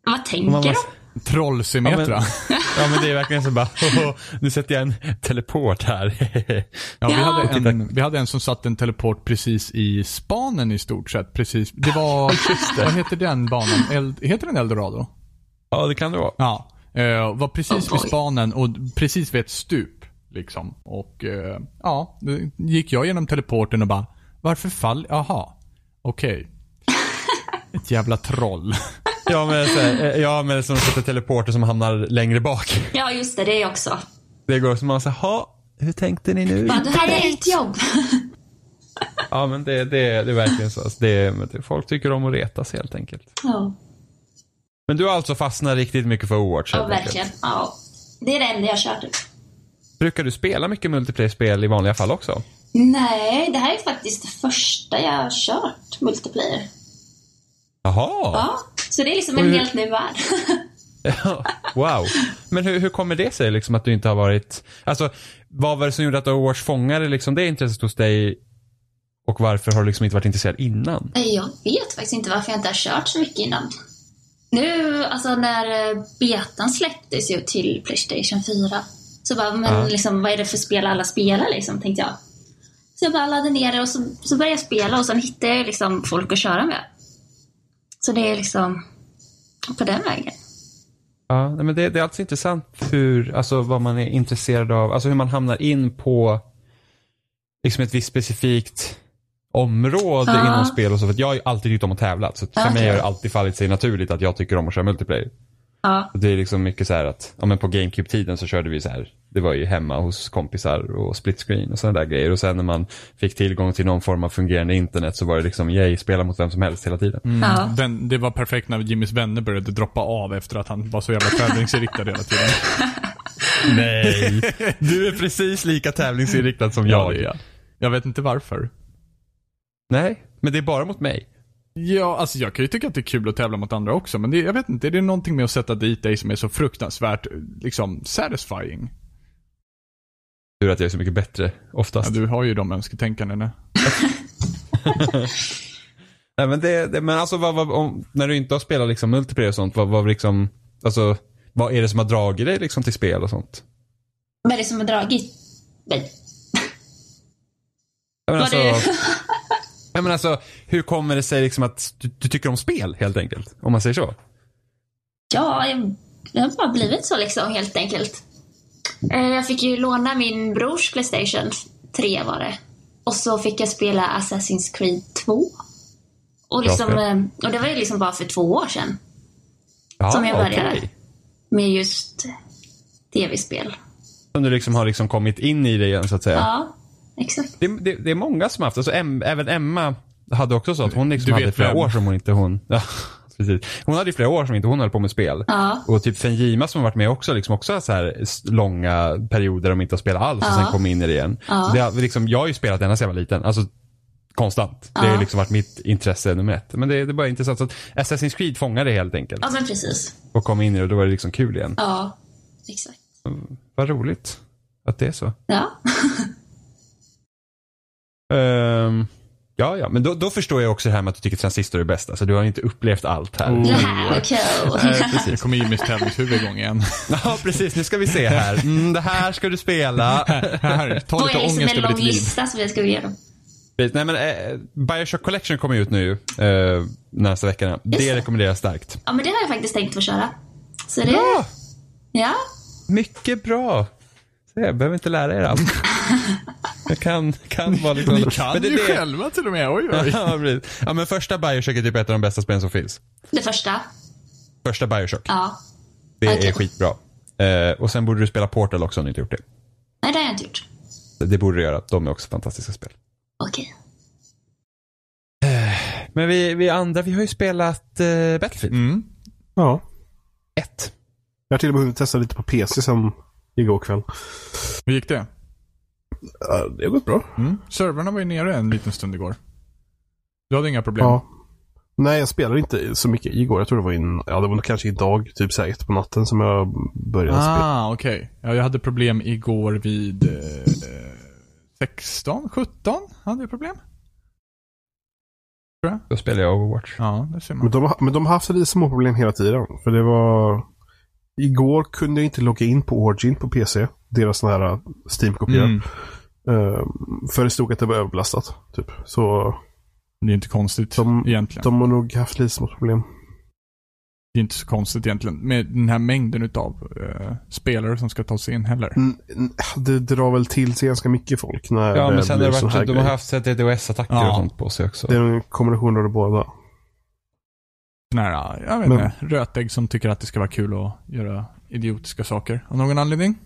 Speaker 2: vad tänker
Speaker 4: Man
Speaker 2: de?
Speaker 4: bara-
Speaker 1: Trollsymmetra.
Speaker 4: ja, men det är verkligen så bara, nu sätter jag en teleport här.
Speaker 1: Ja, vi,
Speaker 2: Ja.
Speaker 1: hade
Speaker 4: Titta.
Speaker 1: en, vi hade en som satte en teleport precis i spanen i stort sett. Precis. Det var, vad heter den banan? Eld, heter den Eldorado?
Speaker 4: ja, det kan det vara.
Speaker 1: Ja. Eh, var precis
Speaker 2: Oh,
Speaker 1: vid
Speaker 2: boy.
Speaker 1: spanen och precis vid ett stup. Liksom. Och eh, ja, då gick jag genom teleporten och bara, varför fall, aha, okej. Ett jävla troll.
Speaker 4: Ja men, så här, eh, ja, men som sätter teleporter som hamnar längre bak.
Speaker 2: Ja, just det, det är också.
Speaker 4: Det går som man säger, ha hur tänkte ni nu?
Speaker 2: Bara, det här är ditt jobb.
Speaker 4: Ja men det, det, det är verkligen så. Alltså, det, men det, folk tycker om att retas helt enkelt.
Speaker 2: Ja,
Speaker 4: Men du har alltså fastnat riktigt mycket för Overwatch?
Speaker 2: ja
Speaker 4: helt enkelt.
Speaker 2: verkligen. Ja. Det är det enda jag kört. typ.
Speaker 4: Brukar du spela mycket multiplayer-spel i vanliga fall också?
Speaker 2: Nej, det här är faktiskt det första jag har kört multiplayer.
Speaker 4: Jaha,
Speaker 2: Ja, så det är liksom en
Speaker 4: hur-
Speaker 2: helt ny värld.
Speaker 4: wow. Men hur, hur kommer det sig liksom att du inte har varit, alltså vad var det som gjorde att Overwatch fångade liksom det intresset hos dig? Och varför har du liksom inte varit intresserad innan?
Speaker 2: Nej, Jag vet faktiskt inte varför jag inte har kört så mycket innan. Nu, alltså när eh, betan släpptes ju till Playstation 4. Så bara, men
Speaker 4: Ja.
Speaker 2: liksom, vad är det för spel alla spelar liksom, tänkte jag. Så jag bara laddade ner det och så, så började jag spela och sen hittade jag liksom folk att köra med. Så det är liksom på den vägen.
Speaker 4: Ja, nej, men det, det är alltså intressant hur, alltså vad man är intresserad av, alltså hur man hamnar in på liksom ett visst specifikt område
Speaker 2: Ja.
Speaker 4: inom spel och så. För att jag har ju alltid tyckt om att tävla. Så att för
Speaker 2: Ja,
Speaker 4: mig
Speaker 2: okej.
Speaker 4: har det alltid fallit sig naturligt att jag tycker om att köra multiplayer.
Speaker 2: Ja,
Speaker 4: Det är liksom mycket så här att, ja men på GameCube-tiden så körde vi så här, det var ju hemma hos kompisar och split screen och sådana där grejer. Och sen när man fick tillgång till någon form av fungerande internet så var det liksom, yay, spela mot vem som helst hela tiden.
Speaker 2: ja.
Speaker 1: Den, det var perfekt när Jimmys vänner började droppa av efter att han var så jävla tävlingsinriktad hela tiden.
Speaker 4: Nej, du är precis lika tävlingsinriktad som
Speaker 1: Ja,
Speaker 4: jag.
Speaker 1: det är jag. Jag vet inte varför.
Speaker 4: Nej, men det är bara mot mig.
Speaker 1: Ja, alltså jag kan ju tycka att det är kul att tävla mot andra också, men det, jag vet inte, är det någonting med att sätta dit dig som är så fruktansvärt liksom satisfying?
Speaker 4: Tur att jag är så mycket bättre
Speaker 1: Ja,
Speaker 4: oftast.
Speaker 1: du har ju de önsketänkandena.
Speaker 4: Nej, men det, det, men alltså, vad, vad, om, när du inte har spelat liksom, multiplayer och sånt, vad, vad, liksom, alltså, vad är det som har dragit dig liksom, till spel och sånt?
Speaker 2: Vad är det som har dragit mig?
Speaker 4: Jag menar,
Speaker 2: Vad är
Speaker 4: alltså, jag menar, alltså, hur kommer det sig liksom, att du, du tycker om spel helt enkelt? Om man säger så.
Speaker 2: Ja, jag- det har bara blivit så liksom helt enkelt. Eh, Jag fick ju låna min brors Playstation 3 var det. Och så fick jag spela Assassin's Creed 2. Och,
Speaker 4: Bra
Speaker 2: liksom,
Speaker 4: spel.
Speaker 2: eh, och det var ju liksom bara för två år sedan
Speaker 4: Ja,
Speaker 2: Som jag började.
Speaker 4: okej.
Speaker 2: med just tv-spel.
Speaker 4: Som du liksom har liksom kommit in i det igen så att säga.
Speaker 2: Ja, exakt.
Speaker 4: Det, det, det är många som har haft det. Så em, även Emma hade också så att hon liksom
Speaker 1: Du vet
Speaker 4: hade flera
Speaker 1: vem.
Speaker 4: år som hon inte hon... Ja, precis. Hon hade ju flera år som inte hon höll på med spel.
Speaker 2: Ja.
Speaker 4: Och typ Fenjima som har varit med också, liksom också har så här s- långa perioder de inte har spelat alls och
Speaker 2: Ja.
Speaker 4: sen kom in i det igen.
Speaker 2: Ja.
Speaker 4: Det har, liksom, jag har ju spelat ända sedan jag var liten. Alltså, konstant. Det har
Speaker 2: Ja.
Speaker 4: ju liksom varit mitt intresse nummer ett. Men det, det är bara intressant. Så att Assassin's Creed fångade det helt enkelt.
Speaker 2: Ja, men precis.
Speaker 4: Och kom in i det och då var det liksom kul igen.
Speaker 2: Ja, exakt.
Speaker 4: Vad roligt att det är så.
Speaker 2: Ja.
Speaker 4: Ehm, ja, ja, men då, då förstår jag också det här med att du tycker transistor är bäst. Alltså, du har ju inte upplevt allt här.
Speaker 1: Oh.
Speaker 2: Det här var kul.
Speaker 4: Nej,
Speaker 1: Nu
Speaker 4: precis.
Speaker 1: Eh, kommer Jimmys tävlingshuvud igång igen.
Speaker 4: Ja, precis. Nu ska vi se här. Mm, det här ska du spela.
Speaker 1: Här, ta
Speaker 2: Då
Speaker 1: lite
Speaker 2: är liksom
Speaker 1: ångest
Speaker 2: en
Speaker 1: över
Speaker 2: lång
Speaker 1: ditt liv.
Speaker 2: lista som jag ska gå igenom.
Speaker 4: Precis. Nej, men, eh, Bioshock Collection kommer ut nu eh, nästa vecka. Det
Speaker 2: det.
Speaker 4: rekommenderar starkt.
Speaker 2: Ja, men det har jag faktiskt tänkt få köra. Så det...
Speaker 4: Bra!
Speaker 2: Ja.
Speaker 4: Mycket bra. Så jag behöver inte lära er allt. Jag kan, kan vara lite...
Speaker 1: Ni kan
Speaker 4: men det,
Speaker 1: ju
Speaker 4: det-
Speaker 1: själva till och med. Oj, oj.
Speaker 4: Ja, precis. ja, men första Bioshock är typ ett av de bästa spelen som finns.
Speaker 2: Det första.
Speaker 4: Första Bioshock.
Speaker 2: Ja.
Speaker 4: Det är
Speaker 2: okej.
Speaker 4: skitbra. Eh, och sen borde du spela Portal också om du inte gjort det.
Speaker 2: Nej, det har jag inte gjort.
Speaker 4: Det borde du göra. De är också fantastiska spel.
Speaker 2: Okej.
Speaker 4: Men vi, vi andra, vi har ju spelat eh, Battlefield
Speaker 1: Mm.
Speaker 3: Ja.
Speaker 4: 1.
Speaker 3: Jag har till och med hunnit testa lite på PC sen igår kväll.
Speaker 1: Hur gick det?
Speaker 3: Ja, det har gått bra.
Speaker 1: Mm. Servrarna var ju nere en liten stund igår. Du hade inga problem?
Speaker 3: Ja. Nej, jag spelade inte så mycket igår. Jag tror det var, in, ja, det var nog kanske idag, typ så här ett på natten som jag började spela.
Speaker 1: Ah, okej. Ja, jag hade problem igår vid eh, 16, 17 hade jag problem.
Speaker 4: Då spelar jag Overwatch.
Speaker 1: Ja, det ser man.
Speaker 3: Men de, har- men de har haft lite små problem hela tiden. För det var... Igår kunde jag inte logga in på Origin på PC. Deras sån här äh, Steam-kopia.
Speaker 1: Mm.
Speaker 3: Eh, för det stod att det var överbelastat. Typ. Så
Speaker 1: Det är inte konstigt
Speaker 3: De-
Speaker 1: egentligen.
Speaker 3: de har nog haft lite små problem.
Speaker 1: Det är inte så konstigt egentligen med den här mängden utav eh, spelare som ska ta sig in heller.
Speaker 3: Mm, mm, Det drar väl till sig ganska mycket folk när
Speaker 4: Ja, men sen har
Speaker 3: blir
Speaker 4: det
Speaker 3: sån
Speaker 4: varit, typ,
Speaker 3: här
Speaker 4: de har
Speaker 3: grej.
Speaker 4: haft DDoS-attacker
Speaker 1: Ja.
Speaker 4: och sånt på sig också.
Speaker 3: Det är nog en kombination av det båda.
Speaker 1: Såna här, jag vet
Speaker 3: Men-
Speaker 1: inte, rötägg som tycker att det ska vara kul att göra idiotiska saker av någon anledning.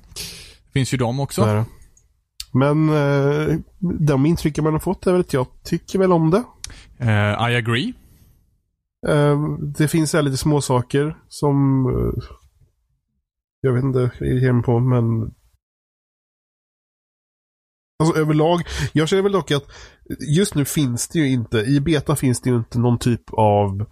Speaker 1: Det finns ju de också.
Speaker 3: Så är det. Men eh, de intrycken man har fått är väl att jag tycker väl om det.
Speaker 1: Eh, I
Speaker 3: Mm.
Speaker 1: agree.
Speaker 3: Eh, det finns här lite små saker som eh, jag vet inte irriterar mig på, men Alltså överlag, jag känner väl dock att just nu finns det ju inte, i beta finns det ju inte någon typ av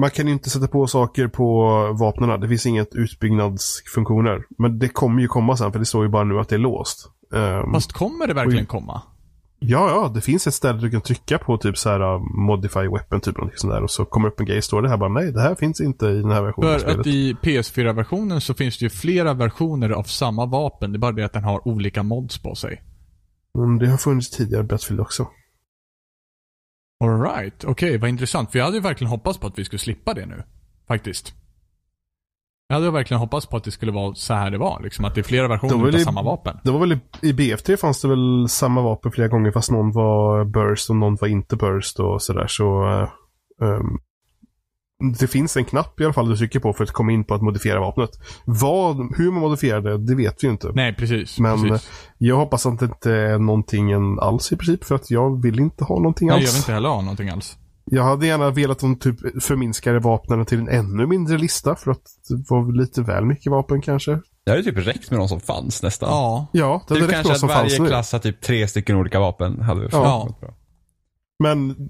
Speaker 3: man kan ju inte sätta på saker på vapnen. Det finns inget utbyggnadsfunktioner. Men det kommer ju komma sen, för det står ju bara nu att det är låst. Ehm,
Speaker 1: Fast kommer det verkligen
Speaker 3: Oj.
Speaker 1: komma?
Speaker 3: Ja, ja, det finns ett ställe du kan trycka på typ så här uh, modify weapon typ någonting sånt där och så kommer upp en grej och står det här bara nej, det här finns inte i den här versionen av
Speaker 1: För
Speaker 3: spelet.
Speaker 1: att i PS4-versionen så finns det ju flera versioner av samma vapen. Det är bara det att den har olika mods på sig.
Speaker 3: Mm, det har funnits tidigare i Battlefield också.
Speaker 1: Alright, okej, vad intressant. För jag hade ju verkligen hoppats på att vi skulle slippa det nu. Faktiskt. Jag hade verkligen hoppats på att det skulle vara så här det var. Liksom att det är flera versioner
Speaker 3: var
Speaker 1: av
Speaker 3: det-
Speaker 1: samma vapen.
Speaker 3: Det var väl i, i BF3 fanns det väl samma vapen flera gånger fast någon var burst och någon var inte burst och sådär så... eh, ehm, det finns en knapp i alla fall du trycker på för att komma in på att modifiera vapnet. Vad, hur man modifierar det, det vet vi ju inte.
Speaker 1: Nej, precis.
Speaker 3: Men
Speaker 1: precis.
Speaker 3: jag hoppas att det inte är någonting alls i princip för att jag vill inte ha någonting
Speaker 1: Nej,
Speaker 3: alls.
Speaker 1: jag vill inte heller ha någonting alls.
Speaker 3: Jag hade gärna velat att de typ förminskade vapnen till en ännu mindre lista för att det var lite väl mycket vapen kanske.
Speaker 4: Det hade ju typ räckt med de som fanns nästan.
Speaker 1: Ja.
Speaker 3: Ja, det
Speaker 4: typ
Speaker 3: hade räckt
Speaker 4: kanske
Speaker 3: med
Speaker 4: att
Speaker 3: som
Speaker 4: varje
Speaker 3: fanns nu.
Speaker 4: klass har typ tre stycken olika vapen. Hade väl
Speaker 1: Ja.
Speaker 4: varit bra.
Speaker 3: Men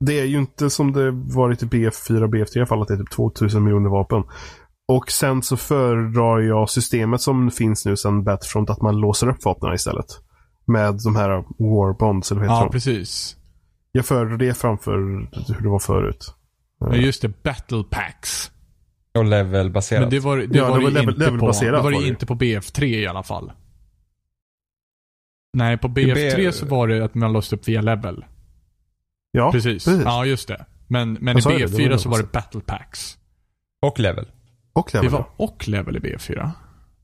Speaker 3: det är ju inte som det varit i typ BF4 och BF3 i alla fall att det är typ 2000 miljoner vapen. Och sen så föredrar jag systemet som finns nu sen Battlefront att man låser upp vapnen istället. Med de här Warbonds eller vad heter
Speaker 1: Ja,
Speaker 3: de?
Speaker 1: precis.
Speaker 3: Jag föredrar det framför hur det var förut.
Speaker 1: Ja, just det. Battle packs.
Speaker 4: Och levelbaserat.
Speaker 1: Men det var, det
Speaker 3: Ja,
Speaker 1: var,
Speaker 3: det var
Speaker 1: ju
Speaker 3: level-
Speaker 1: inte på,
Speaker 3: levelbaserat
Speaker 1: det var
Speaker 3: var
Speaker 1: det
Speaker 3: det ju.
Speaker 1: inte på BF3 i alla fall. Nej, på BF3
Speaker 4: B-
Speaker 1: så var det att man låste upp via level.
Speaker 3: Ja,
Speaker 1: precis. Ja, just det. Men, men i
Speaker 3: Jag sa ju det, det var
Speaker 1: BF4
Speaker 3: det
Speaker 1: så
Speaker 3: jag
Speaker 1: var
Speaker 3: sa.
Speaker 1: det battle packs.
Speaker 4: Och level.
Speaker 3: Och
Speaker 1: Det
Speaker 3: level.
Speaker 1: var och level i BF4.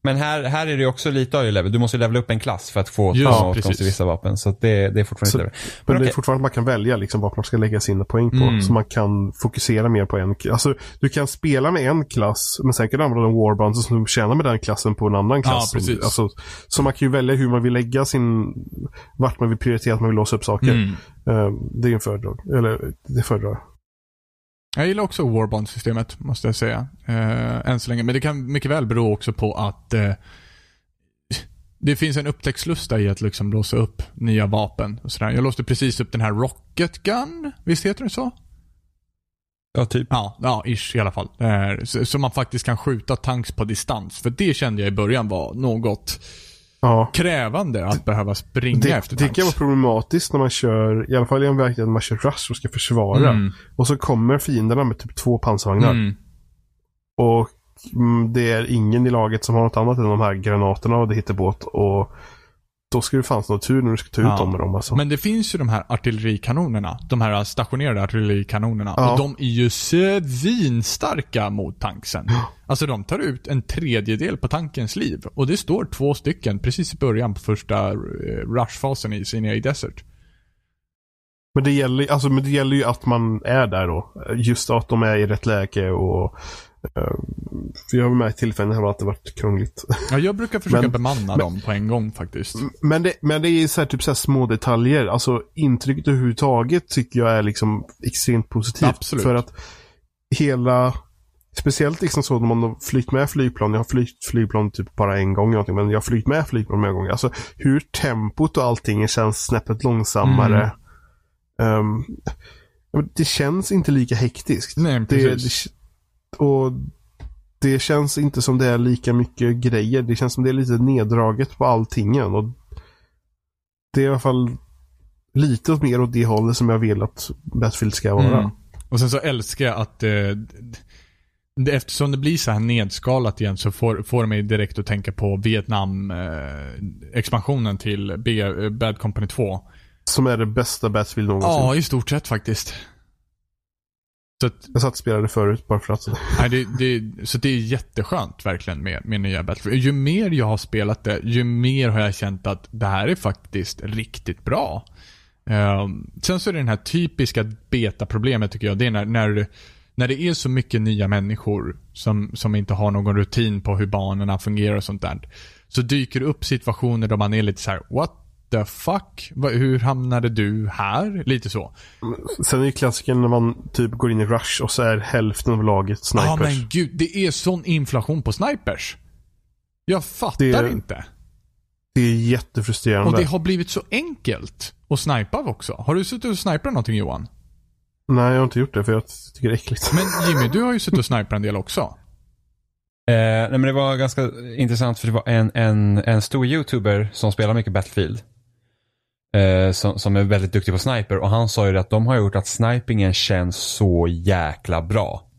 Speaker 4: Men här, här är det ju också lite av level. Du måste ju levela upp en klass för att få
Speaker 1: Just,
Speaker 4: samma åtkomst
Speaker 1: precis.
Speaker 4: till vissa vapen. Så att det, det är fortfarande
Speaker 3: Så-
Speaker 4: så, level.
Speaker 3: Men
Speaker 4: Men
Speaker 3: det är
Speaker 4: okej.
Speaker 3: fortfarande att man kan välja liksom vad man ska lägga sina poäng på.
Speaker 1: Mm.
Speaker 3: Så man kan fokusera mer på en. Alltså, du kan spela med en klass, men sen kan du använda de warbands som du tjänar med den klassen på en annan klass.
Speaker 1: Ja, precis.
Speaker 3: Alltså, så man kan ju välja hur man vill lägga sin... Vart man vill prioritera att man vill låsa upp saker.
Speaker 1: Mm.
Speaker 3: Eh, det är en föredrag. Eller, det föredrar jag.
Speaker 1: Jag gillar också Warbond-systemet, måste jag säga. Eh, än så länge. Men det kan mycket väl bero också på att eh, det finns en upptäcktslusta i att liksom låsa upp nya vapen och sådär. Jag låste precis upp den här Rocket Gun. Visst heter den så?
Speaker 4: Ja, typ.
Speaker 1: Ja, ja ish i alla fall. Eh, så, så man faktiskt kan skjuta tanks på distans. För det kände jag i början var något
Speaker 3: Ja.
Speaker 1: krävande att behöva springa
Speaker 3: Det,
Speaker 1: efter
Speaker 3: det
Speaker 1: tanks.
Speaker 3: kan vara problematiskt när man kör, i alla fall i en verklighet, när man kör rush och ska försvara.
Speaker 1: Mm.
Speaker 3: Och så kommer fienderna med typ två pansarvagnar.
Speaker 1: Mm.
Speaker 3: Och mm, det är ingen i laget som har något annat än de här granaterna och det hittar båt. Och då ska det fanns någon tur när du ska ta ut
Speaker 1: Ja.
Speaker 3: dem med dem. Alltså.
Speaker 1: Men det finns ju de här artillerikanonerna. De här stationerade artillerikanonerna.
Speaker 3: Ja.
Speaker 1: Och de är ju svinstarka mot tanksen. Alltså de tar ut en tredjedel på tankens liv. Och det står två stycken precis i början på första eh, rushfasen i Sinai Desert.
Speaker 3: Men, det gäller, alltså, men det gäller ju att man är där då. Just att de är i rätt läge och eh, för jag var med i tillfällen här att det varit krångligt.
Speaker 1: Ja, jag brukar försöka
Speaker 3: Men- Mm.
Speaker 1: bemanna dem på en gång faktiskt.
Speaker 3: Men det, men det är så här, typ så här små detaljer. Alltså intrycket överhuvudtaget tycker jag är liksom extremt positivt.
Speaker 1: Absolut.
Speaker 3: För att hela, speciellt liksom så när man har flygt med flygplan. Jag har flygt flygplan typ bara en gång eller någonting, men jag har flygt med flygplan många gånger. Alltså hur tempot och allting känns snäppet långsammare.
Speaker 1: Mm.
Speaker 3: Ehm, men det känns inte lika hektiskt.
Speaker 1: Nej,
Speaker 3: det, det,
Speaker 1: precis.
Speaker 3: och det känns inte som det är lika mycket grejer. Det känns som det är lite neddraget på allting än. Och det är i alla fall lite åt mer åt det hållet som jag vill att Battlefield ska vara.
Speaker 1: Mm. Och sen så älskar jag att eh, d- d- eftersom det blir så här nedskalat igen så får, får det mig direkt att tänka på Vietnam-expansionen till B, eh, Bad Company 2.
Speaker 3: Som är det bästa Battlefield någonsin.
Speaker 1: Ja, i stort sett faktiskt. Så, att,
Speaker 3: Jag satt och spelade förut bara för att.
Speaker 1: nej, det, det, så det är jätteskönt verkligen med, med nya Battlefield. Ju mer jag har spelat det, ju mer har jag känt att det här är faktiskt riktigt bra. Ehm, sen så är det den här typiska beta-problemet tycker jag. Det är när, när, när det är så mycket nya människor som, som inte har någon rutin på hur banorna fungerar och sånt där. Så dyker det upp situationer där man är lite så här: what the fuck? Va- Hur hamnade du här? Lite så.
Speaker 3: Sen är ju klassikern när man typ går in i Rush och så är hälften av laget snipers.
Speaker 1: Ja men gud, det är sån inflation på snipers. Jag fattar
Speaker 3: Det-
Speaker 1: inte.
Speaker 3: Det är
Speaker 1: Och
Speaker 3: jättefrustrerande.
Speaker 1: det har blivit så enkelt att snipa av också. Har du suttit och snipat någonting Johan?
Speaker 3: Nej, jag har inte gjort det för jag tycker det är äckligt.
Speaker 1: Men Jimmy, du har ju suttit och snipat en del också.
Speaker 4: Eh, nej, men det var ganska intressant för det var en, en, en stor YouTuber som spelar mycket Battlefield. Eh, som, som är väldigt duktig på sniper och han sa ju det att de har gjort att snipingen känns så jäkla bra.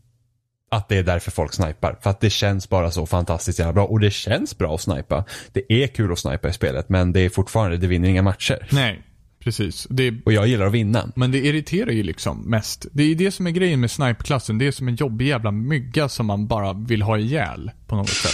Speaker 4: Att det är därför folk snipar. För att det känns bara så fantastiskt jävla bra. Och det känns bra att snipa. Det är kul att snipa i spelet men det är fortfarande, det vinner inga matcher.
Speaker 1: Nej, precis. Det är...
Speaker 4: Och jag gillar att vinna.
Speaker 1: Men det irriterar ju liksom mest. Det är det som är grejen med sniperklassen. Det är som en jobbig jävla mygga som man bara vill ha ihjäl på något sätt.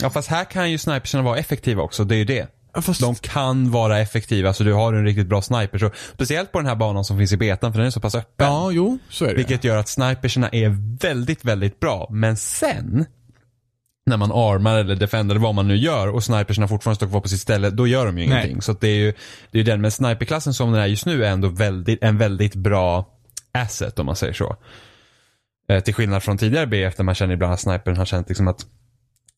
Speaker 4: Ja fast här kan ju snipersen vara effektiva också, det är ju det.
Speaker 1: Ja, Fast...
Speaker 4: De kan vara effektiva så du har en riktigt bra sniper. Så, speciellt på den här banan som finns i betan för den är så pass öppen.
Speaker 1: Ja, jo, så är det.
Speaker 4: Vilket gör att sniperserna är väldigt, väldigt bra. Men sen när man armar eller defender eller vad man nu gör och sniperserna fortfarande står kvar på sitt ställe, då gör de
Speaker 1: Nej.
Speaker 4: ju ingenting. Så att det är ju det är ju den. Men sniperklassen som den är just nu är ändå väldigt, en väldigt bra asset om man säger så. Eh, till skillnad från tidigare BF där man känner ibland att snipern har känt liksom att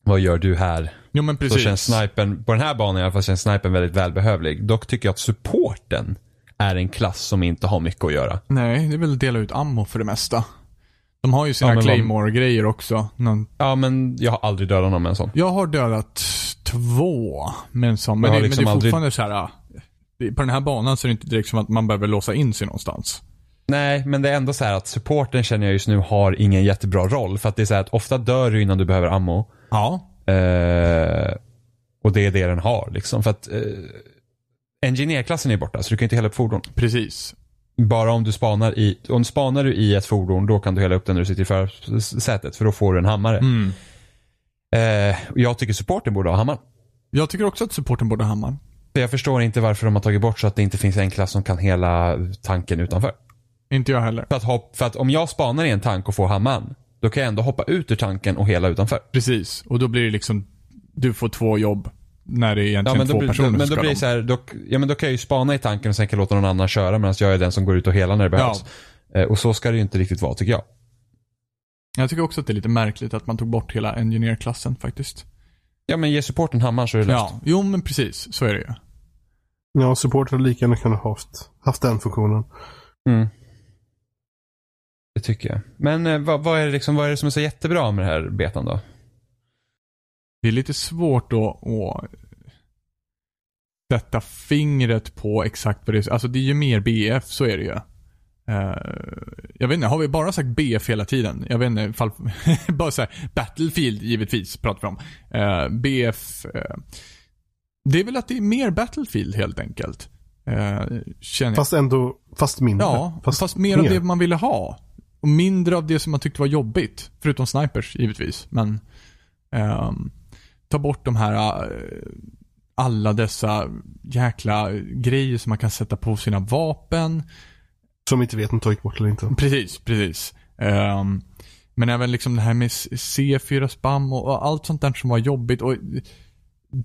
Speaker 4: vad gör du här?
Speaker 1: Jo, men
Speaker 4: Så
Speaker 1: precis.
Speaker 4: känns snipern, på den här banan i alla fall, känns snipern väldigt välbehövlig. Dock tycker jag att supporten är en klass som inte har mycket att göra.
Speaker 1: Nej, det är väl att dela ut ammo för det mesta. De har ju sina
Speaker 4: Ja, men vad-
Speaker 1: Claymore-grejer också. Någon
Speaker 4: Ja, men jag har aldrig dödat någon med en sån.
Speaker 1: Jag har dödat två med en sån. Men,
Speaker 4: Jag
Speaker 1: det,
Speaker 4: har
Speaker 1: men
Speaker 4: liksom
Speaker 1: det är
Speaker 4: aldrig-
Speaker 1: fortfarande så här. ah, det- På den här banan så är det inte direkt som att man behöver låsa in sig någonstans.
Speaker 4: Nej, men det är ändå så här att supporten känner jag just nu har ingen jättebra roll. För att det är så här att ofta dör du innan du behöver ammo.
Speaker 1: Ja.
Speaker 4: Eh, och det är det den har liksom. För att eh, Engineerklassen är borta, så du kan inte hela upp fordon.
Speaker 1: Precis.
Speaker 4: Bara om du spanar i, om
Speaker 1: Mm.
Speaker 4: spanar du i ett fordon, då kan du hela upp den när du sitter i förarsätet. För då får du en hammare. Eh, och jag tycker supporten borde ha hammaren.
Speaker 1: Jag tycker också att supporten borde ha hammaren.
Speaker 4: Så Jag förstår inte varför de har tagit bort så att det inte finns en klass som kan hela tanken utanför.
Speaker 1: Inte jag heller.
Speaker 4: För att, hopp, för att om jag spanar i en tank och får hammaren, då kan jag ändå hoppa ut ur tanken och hela utanför.
Speaker 1: Precis. Och då blir det liksom, du får två jobb när det är
Speaker 4: Ja,
Speaker 1: egentligen
Speaker 4: men då
Speaker 1: två
Speaker 4: blir, då,
Speaker 1: personer
Speaker 4: men
Speaker 1: som
Speaker 4: då
Speaker 1: ska
Speaker 4: blir det
Speaker 1: dem.
Speaker 4: så här, då, ja, men då kan jag ju spana i tanken och sen kan jag låta någon annan köra medan jag är den som går ut och hela när det behövs. Eh, och så ska det ju inte riktigt vara tycker jag.
Speaker 1: Jag tycker också att det är lite märkligt att man tog bort hela engineer-klassen faktiskt.
Speaker 4: Ja men ge supporten hammaren så är det löst.
Speaker 1: Ja, jo men precis. Så är det ju.
Speaker 3: Ja, supportrar lika gärna kunnat haft, haft den funktionen.
Speaker 4: Mm. Det tycker jag. Men eh, vad, vad, är det liksom, vad är det som är så jättebra med det här betan då?
Speaker 1: Det är lite svårt då att sätta fingret på exakt vad det är. Alltså det är ju mer BF, så är det ju. Eh, jag vet inte, har vi bara sagt BF hela tiden? Jag vet inte ifall... bara så här, Battlefield givetvis pratar vi om. Eh, BF... eh, det är väl att det är mer Battlefield helt enkelt. Eh, känner jag.
Speaker 3: Fast ändå, fast mindre.
Speaker 1: Ja, fast, mer av
Speaker 3: mer.
Speaker 1: det man ville ha. Och mindre av det som man tyckte var jobbigt. Förutom snipers givetvis. Men ehm, ta bort de här eh, alla dessa jäkla grejer som man kan sätta på sina vapen.
Speaker 3: Som inte vet om tagit bort eller inte.
Speaker 1: Precis, precis. Ehm, men även liksom det här med C4-spam och, och allt sånt där som var jobbigt. Och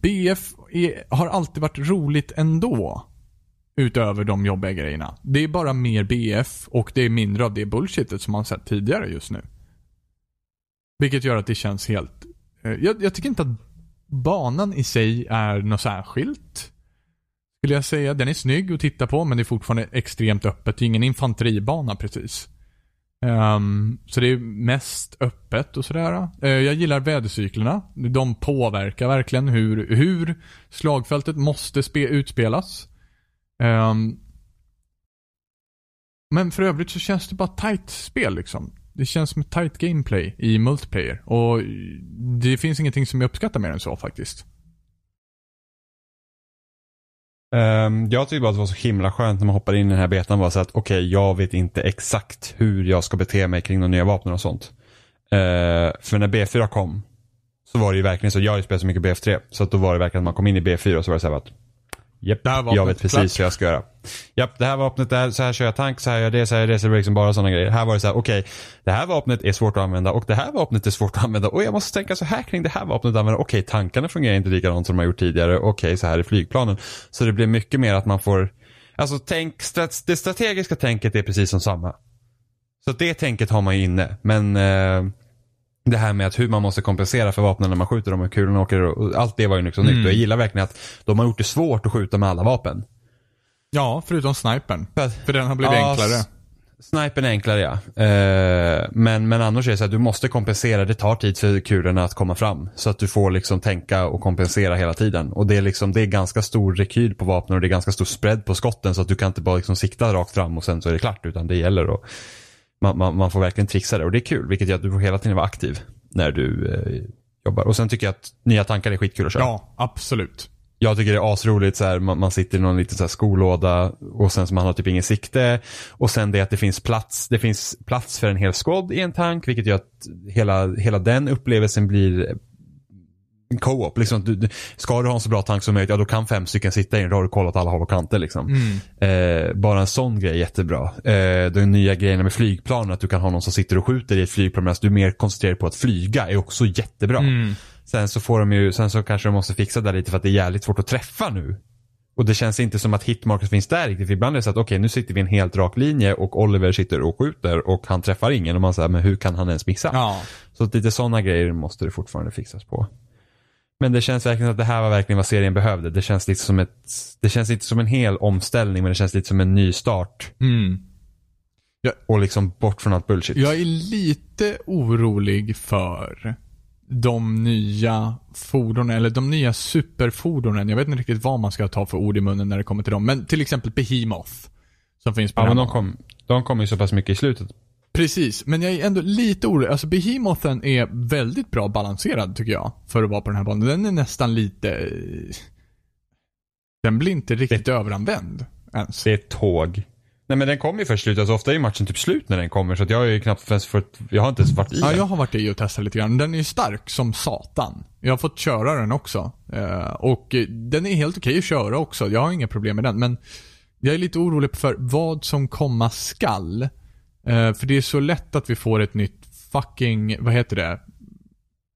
Speaker 1: BF är, har alltid varit roligt ändå. Utöver de jobbiga grejerna. Det är bara mer BF och det är mindre av det bullshitet som man sett tidigare just nu. Vilket gör att det känns helt... eh, Jag, jag tycker inte att banan i sig är något särskilt. Skulle jag säga. Den är snygg att titta på men det är fortfarande extremt öppet. Det är ingen infanteribana precis. Ehm, så det är mest öppet och sådär. Eh, jag gillar vädercyklerna. De påverkar verkligen hur, hur slagfältet måste spe, utspelas. Ehm, men för övrigt så känns det bara tight spel liksom. Det känns som ett tight gameplay i multiplayer. Och det finns ingenting som jag uppskattar mer än så faktiskt.
Speaker 4: Ehm, jag tycker bara att det var så himla skönt när man hoppade in i den här betan var så att okej, jag vet inte exakt hur jag ska bete mig kring de nya vapnen och sånt. Ehm, för när B4 kom så var det ju verkligen så, jag har ju spelat så mycket BF3, så att då var det verkligen att man kom in i B4 och så var det så här att Japp,
Speaker 1: Det här
Speaker 4: jag
Speaker 1: vapnet
Speaker 4: vet
Speaker 1: är
Speaker 4: precis
Speaker 1: klart.
Speaker 4: hur jag ska göra. Japp, det här vapnet, det här, så här kör jag tank, så här gör jag det, så här gör jag det, så det var liksom bara sådana grejer. Här var det så här, okej, det här vapnet är svårt att använda och det här vapnet är svårt att använda och jag måste tänka så här kring det här vapnet att använda. Okej, tankarna fungerar inte likadant som de har gjort tidigare. Okej, så här är flygplanen. Så det blir mycket mer att man får, alltså tänk, strat, det strategiska tänket är precis som samma. Så att det tänket har man ju inne, men eh, det här med att hur man måste kompensera för vapnen när man skjuter dem och hur kulorna åker och och allt det var ju liksom nytt. Och jag gillar verkligen att de har gjort det svårt att skjuta med alla vapen.
Speaker 1: Ja, förutom snipern.
Speaker 4: För att-
Speaker 1: För den har blivit
Speaker 4: Ja,
Speaker 1: enklare.
Speaker 4: s- Snipern är enklare ja. Eh, men, men annars är det så att du måste kompensera. Det tar tid för kulorna att komma fram. Så att du får liksom tänka och kompensera hela tiden. Och det är, liksom, det är ganska stor rekyl på vapnen och det är ganska stor spread på skotten. Så att du kan inte bara liksom sikta rakt fram och sen så är det klart. Utan det gäller att man, man, man får verkligen trixa det. Och det är kul. Vilket gör att du får hela tiden vara aktiv när du eh, jobbar. Och sen tycker jag att nya tankar är skitkul att köra.
Speaker 1: Ja, absolut.
Speaker 4: Jag tycker det är asroligt så här, man, man sitter i någon liten så här skolåda och sen så man har typ ingen sikte. Och sen det att det finns plats, det finns plats för en hel skåd i en tank vilket gör att hela, hela den upplevelsen blir en co-op. Liksom, du, du, ska du ha en så bra tank som möjligt, ja då kan fem stycken sitta i den. Då har du kollat alla håll och kanter. Liksom. Eh, bara en sån grej är jättebra. Eh, de nya grejerna med flygplan, att du kan ha någon som sitter och skjuter i ett flygplan medan du är mer koncentrerar på att flyga, är också jättebra. Sen så får de ju, sen så kanske de måste fixa det där lite för att det är jävligt svårt att träffa nu. Och det känns inte som att hitmarket finns där riktigt. För ibland är det så att okej, nu sitter vi i en helt rak linje och Oliver sitter och skjuter och han träffar ingen. Och man säger, men hur kan han ens missa?
Speaker 1: Ja.
Speaker 4: Så att lite sådana grejer måste det fortfarande fixas på. Men det känns verkligen att det här var verkligen vad serien behövde. Det känns lite som ett, det känns inte som en hel omställning, men det känns lite som en ny start.
Speaker 1: Mm.
Speaker 4: Och liksom bort från allt bullshit.
Speaker 1: Jag är lite orolig för de nya fordonen, eller de nya superfordonen. Jag vet inte riktigt vad man ska ta för ord i munnen när det kommer till dem. Men till exempel Behemoth. Som finns på
Speaker 4: ja,
Speaker 1: den här
Speaker 4: men de
Speaker 1: banan.
Speaker 4: kom, de kom ju så pass mycket i slutet.
Speaker 1: Precis, men jag är ändå lite orolig. Alltså Behemothen är väldigt bra balanserad tycker jag. För att vara på den här banan. Den är nästan lite... eh, Den blir inte riktigt överanvänd ens.
Speaker 4: Det är ett tåg Nej men den kommer ju först i slutet, alltså, ofta är ju matchen typ slut när den kommer så att jag har ju knappt ens fått, jag har inte ens varit i
Speaker 1: Ja,
Speaker 4: den.
Speaker 1: jag har varit i och testat lite grann. Den är ju stark som satan. Jag har fått köra den också. Eh, och eh, den är helt okej att köra också. Jag har inga problem med den. Men jag är lite orolig för vad som komma skall. Eh, för det är så lätt att vi får ett nytt fucking, vad heter det?